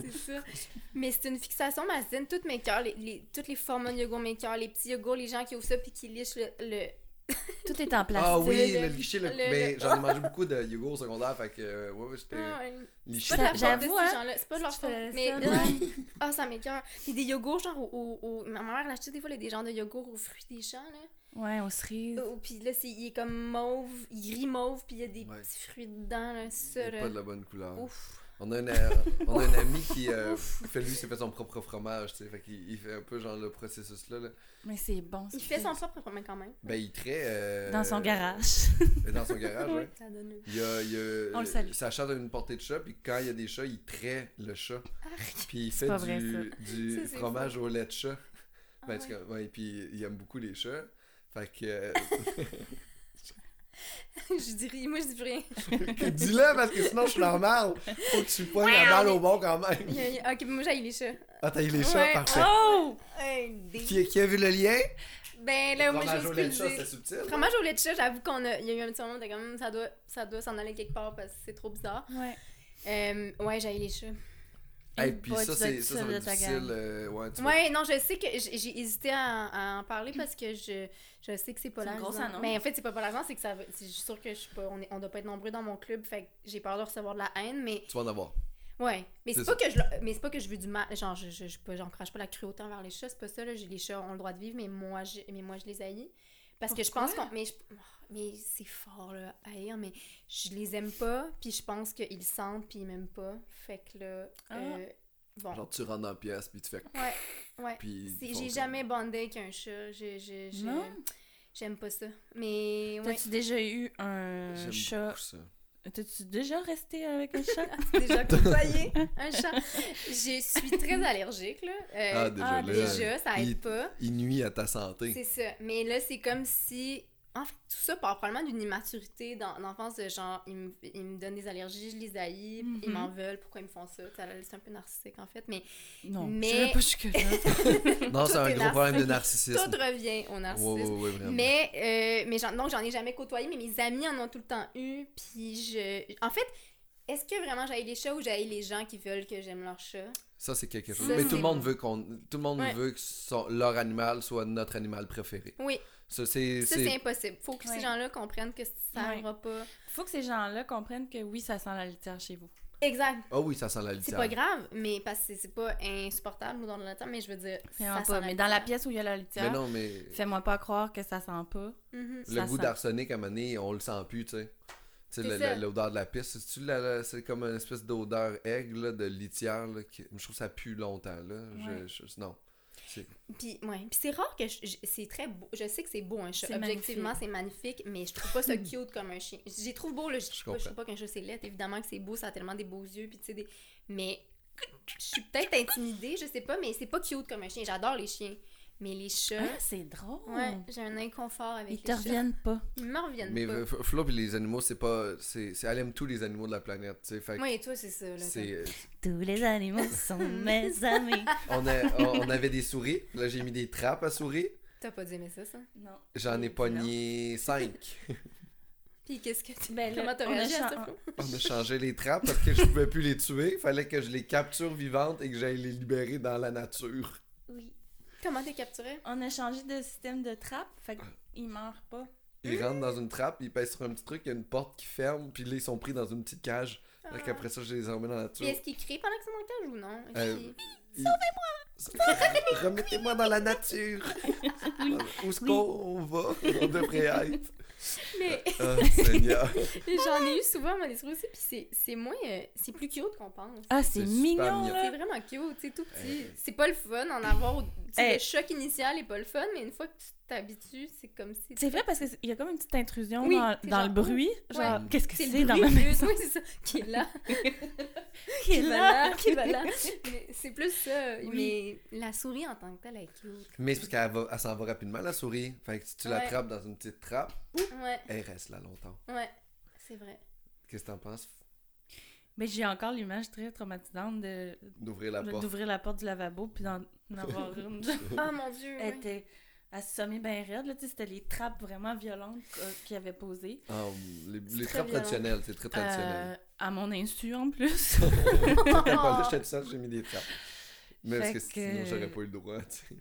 c'est ça. Mais c'est une fixation masculine. Toutes mes cœurs, les, les- toutes les formes de yogourt, mes cœurs, les petits yogourts, les gens qui ouvrent ça puis qui lichent le. le... Tout est en place. Ah oui, le- le liché, le- le- mais le- j'en ai mangé beaucoup de yogourt au secondaire, fait que. euh, Ouais, ouais, j'étais Ah, ouais. C'est liché. pas de la tout faute le de J'avoue, ces hein. gens-là. C'est pas de leur Tu faute. fais Mais ça, [LAUGHS] ah, ça m'écoeure. Puis des yogourts, genre, au, au- au- ma mère elle achetait des fois là, des genres de yogourts aux fruits des champs, là. Ouais, aux cerises. Oh, puis là, c'est, il est comme mauve, il gris mauve, puis il y a des Ouais. petits fruits dedans, là, temps. ça, C'est là. Pas de la bonne couleur. Ouf. On a, une, euh, on a un ami qui euh, fait lui, s'est fait son propre fromage, tu sais. Fait qu'il il fait un peu genre le processus là. là. Mais c'est bon. Il ce fait qu'il son propre mais quand même. Ben il traite. euh, Dans son garage. euh, Dans son garage, ouais. Ça donne Il y a, il y a- euh, On le salue. Sa chatte a une portée de chat, puis quand il y a des chats, il traite le chat. Puis il fait pas vrai, du, du Ça, c'est fromage au lait de chat. Ah Ben, ouais. tu comprends- ouais, puis il aime beaucoup les chats. Fait que. euh, [LAUGHS] [LAUGHS] je dirais, moi, je dis plus rien. Dis-le parce que sinon je suis normal. Faut que tu poignes la balle au bon quand même. Il y a- il y a- Ok, mais moi, j'aille les chats. Ah, t'as eu les chats, Ouais. parfait. Oh! Hey, des- Qui, qui a vu le lien? Ben là, moi, Fromage je au veux lait plus de chat, c'est dire. subtil. Fromage au lait de chat, j'avoue qu'on a... Il y a eu un petit moment, où t'es comme, ça doit, ça doit s'en aller quelque part parce que c'est trop bizarre. Ouais. Euh, ouais, j'aille les chats. Et Et puis bah, ça, tu dois c'est être ça, ça seul va de être ta difficile. gang. euh, ouais, tu vois. Ouais, non, je sais que j'ai j'ai hésité à, en- à en parler parce que je, je sais que c'est pas C'est une l'argent. grosse annonce. Mais en fait, c'est pas pour l'argent, c'est que ça va- c'est- Je suis sûre que je suis pas, on, est- on doit pas être nombreux dans mon club, fait que j'ai peur de recevoir de la haine, mais Tu vas en avoir. ouais. Mais c'est C'est pas que je le- mais c'est pas que je veux du mal, genre je je, je, pas- j'encourage pas la cruauté envers les chats, c'est pas ça là, j'ai les chats ont le droit de vivre, mais moi je mais moi je les haïs parce que je pense qu'on mais je- mais c'est fort là haïr, mais je les aime pas, puis je pense qu'ils sentent puis ils m'aiment pas. Fait que là Ah. euh, bon. Genre, tu rentres dans la pièce, puis tu fais. Ouais, ouais. Puis. C'est- ils font J'ai comme- jamais bondé avec un chat. J'ai- j'ai- j'ai- Non? J'aime pas ça. Mais ouais, T'as-tu déjà eu un J'aime chat? beaucoup ça. T'as-tu déjà resté avec un [LAUGHS] chat? c'est [LAUGHS] déjà [LAUGHS] côtoyé un chat. Je suis très allergique, là. Euh, Ah, déjà, ah, là, déjà, ça aide il- pas. Il nuit à ta santé. C'est ça. Mais là, c'est comme si. En fait, tout ça part probablement d'une immaturité dans l'enfance de genre, ils me, ils me donnent des allergies, je les haïs, Mhm. ils m'en veulent, pourquoi ils me font ça? Ça, C'est un peu narcissique, en fait. Mais Non, Mais- je savais pas jusque-là. Non, c'est Tout un est gros [LAUGHS] problème de tout narcissisme. revient au Ouais, narcissisme. ouais, ouais, vraiment. Mais, euh, mais j'en- donc, j'en ai jamais côtoyé, mais mes amis en ont tout le temps eu. Puis je. En fait, est-ce que vraiment j'aille les chats ou j'aille les gens qui veulent que j'aime leur chat? Ça, c'est quelque chose. Ça, Mais tout c'est- le monde veut qu'on, tout le monde Ouais. veut que son- leur animal soit notre animal préféré. Oui, Ça, c'est, ça c'est- c'est impossible. Faut que ces Ouais. gens-là comprennent que ça Ouais. n'arrivera pas. [LAUGHS] Faut que ces gens-là comprennent que oui, ça sent la litière chez vous. Exact. Ah oui, ça sent la C'est litière. pas grave, mais parce que c'est- c'est pas insupportable ou dans le temps, mais je veux dire. Vraiment ça pas. sent Mais dans la litière. pièce où il y a la hein. Mais litière, non, mais fais-moi pas croire que ça sent pas. Mhm. le ça goût sent. d'arsenic à un moment donné, on le sent plus, tu sais. Tu sais, C'est la- ça. la- l'odeur de la piste, c'est-tu la- la- c'est comme une espèce d'odeur aigle là, de litière. là, qui- Je trouve que ça pue longtemps. Là. Je- Ouais. je- non. C'est- Puis, ouais. Puis c'est rare que. je- je- C'est très beau. Je sais que c'est beau un chat. C'est Objectivement, c'est magnifique, mais je trouve [LAUGHS] pas ça cute comme un chien. J'ai trouve beau, là. Je, Je trouve pas- je comprends. trouve pas qu'un chat c'est laid. Évidemment que c'est beau, ça a tellement des beaux yeux. Puis, tu sais, des. Mais je suis peut-être intimidée, je sais pas, mais c'est pas cute comme un chien. J'adore les chiens. Mais les chats. Ah, c'est drôle. Ouais, j'ai un inconfort avec Ils les te chats. reviennent pas. Ils me reviennent Mais pas. euh, F- Flo puis les animaux, c'est pas. c'est c'est- Elle aime tous les animaux de la planète, tu sais. Fait que Moi et toi, c'est ça, là. c'est. euh, Tous les animaux [LAUGHS] sont mes amis. On, a- on on avait des souris. Là, j'ai mis des trappes à souris. T'as pas dû aimer ça, ça. Non. J'en ai pogné 5. Puis qu'est-ce que tu. Ben là, Comment t'as on a réagi chan- à ça, Flo? On a changé les trappes parce que je pouvais plus les tuer. Fallait que je les capture vivantes et que j'aille les libérer dans la nature. Oui. Comment t'es capturé? On a changé de système de trappe, fait qu'ils meurent pas. Ils rentrent dans une trappe, ils pèsent sur un petit truc, il y a une porte qui ferme, puis là, ils sont pris dans une petite cage. Fait qu'après ça, je les ai remis dans la Puis nature. est-ce qu'il crie pendant que c'est dans le cage ou non? Est-ce Euh, qu'il- Sauvez-moi! [LAUGHS] Remettez-moi dans la nature! Voilà. Où est-ce qu'on va? On devrait être. Mais Oh, Seigneur! j'en ai eu souvent, moi, des souris aussi, puis c'est- c'est moins... euh, c'est plus cute qu'on pense. Ah, c'est C'est mignon, super C'est là. vraiment cute, c'est tout petit. Hey. C'est pas le fun en avoir... au- tu sais, Hey. Le choc initial est pas le fun, mais une fois que tu t'habitues, c'est comme si... C'est vrai parce qu'il y a comme une petite intrusion Oui, dans, c'est dans genre, le bruit. ouais. Genre, qu'est-ce que C'est c'est le bruit dans ma plus, oui, c'est ça, qui [LAUGHS] est là, qui est va là? qui va là. Mais c'est plus ça. Oui. Mais la souris en tant que telle, elle est cute. Mais c'est parce qu'elle va- elle s'en va rapidement, la souris. Fait que si tu Ouais. l'attrapes dans une petite trappe, Ouais, elle reste là longtemps. ouais, c'est vrai. Qu'est-ce que t'en penses [LAUGHS] Mais j'ai encore l'image très traumatisante de d'ouvrir la porte? d'ouvrir la porte du lavabo puis d'en d'en [LAUGHS] avoir une. genre, Oh. Ah mon dieu. Elle ouais. était assommée bien raide, là. Tu sais, c'était les trappes vraiment violentes euh, qu'il avait posées. Ah, les très les trappes violent. traditionnelles, c'est très traditionnel. Euh, à mon insu, en plus. [LAUGHS] oh. Quand là, j'étais tout seul, j'ai mis des trappes. Mais parce Fait que sinon, que- j'aurais pas eu le droit, tu sais.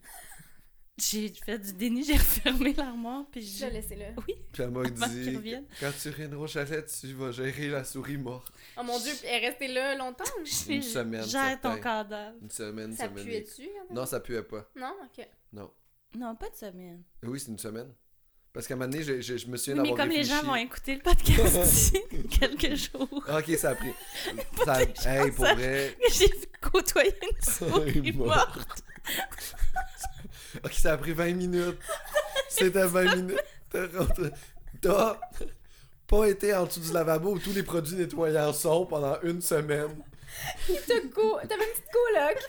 j'ai fait du déni, j'ai refermé l'armoire, puis Je j'ai... l'ai laissé là. Oui, Puis elle m'a Avant qu'ils dit, reviennent. quand tu urineras au chalet, tu vas gérer la souris morte. Oh mon dieu, elle est restée là longtemps? j'ai- Une semaine, Gère ton certain. cadavre. Une semaine, une Ça semaine. et- puait-tu? quand même? Non, ça puait pas. Non, ok. Non. Non, pas de semaine. Eh Oui, c'est une semaine. Parce qu'à un moment donné, je, je- je me souviens Mais d'avoir comme les gens réfléchi. vont écouter le [LAUGHS] podcast d'ici quelques jours, [LAUGHS] Ok, ça a pris. Ça- hey, pour ça- vrai. j'ai côtoyé [LAUGHS] une souris Souris morte. morte. Ok, ça a pris 20 minutes. C'était 20 minutes. T'as rentré- T'as pas été en dessous du lavabo où tous les produits nettoyants sont pendant une semaine. T'as go... T'avais une petite [LAUGHS] coloc.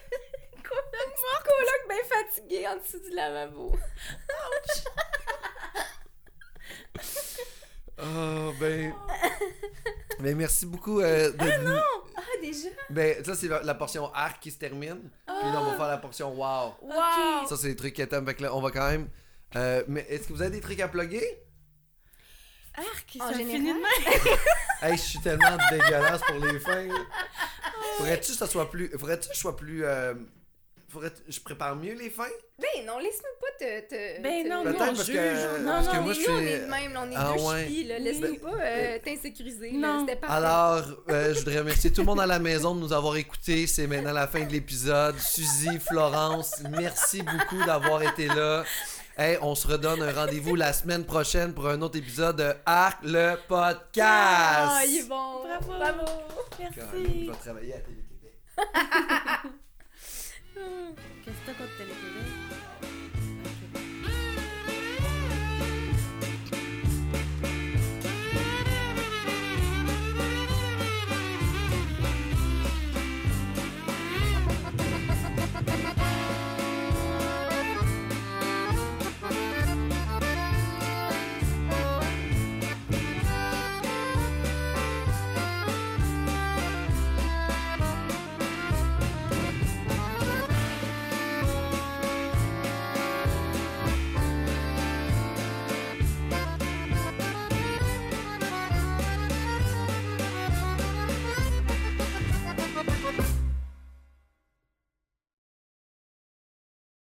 Une petite coloc bien fatiguée en dessous du lavabo. Oh, [LAUGHS] ben. Mais merci beaucoup euh, d'être venu. Ah, déjà? Ben, ça, c'est la la portion arc qui se termine. Puis Ah! là, on va faire la portion wow. Wow! Ça, c'est les trucs qu'elle t'aime. Fait que là, on va quand même. euh, mais est-ce que vous avez des trucs à plugger? Arc, En ça général. finit de même. Hey, je suis [LAUGHS] tellement dégueulasse pour les fins. là. Faudrait-tu que ça soit plus. Faudrait-tu que je sois plus. euh, faudrait je prépare mieux les fins? Ben non, laisse-nous pas te... te Ben te- non, Peut-être nous, on parce juge. que- euh, Non, parce que non, moi, mais je nous, on suis- est de même, là, on est Ah deux ouais. chipis, là. Laisse-nous pas euh, t'insécuriser. là. Non. C'était parfait. Alors, euh, je voudrais remercier tout le monde à la maison de nous avoir écoutés. C'est maintenant la fin de l'épisode. Suzy, Florence, merci beaucoup d'avoir été là. Hey, on se redonne un rendez-vous la semaine prochaine pour un autre épisode de Arc le podcast. Ah, il est bon. Bravo. Bravo. Merci. Caroline va travailler à Télé-Québec. Qu'est-ce que t'as contre Télé-Québec?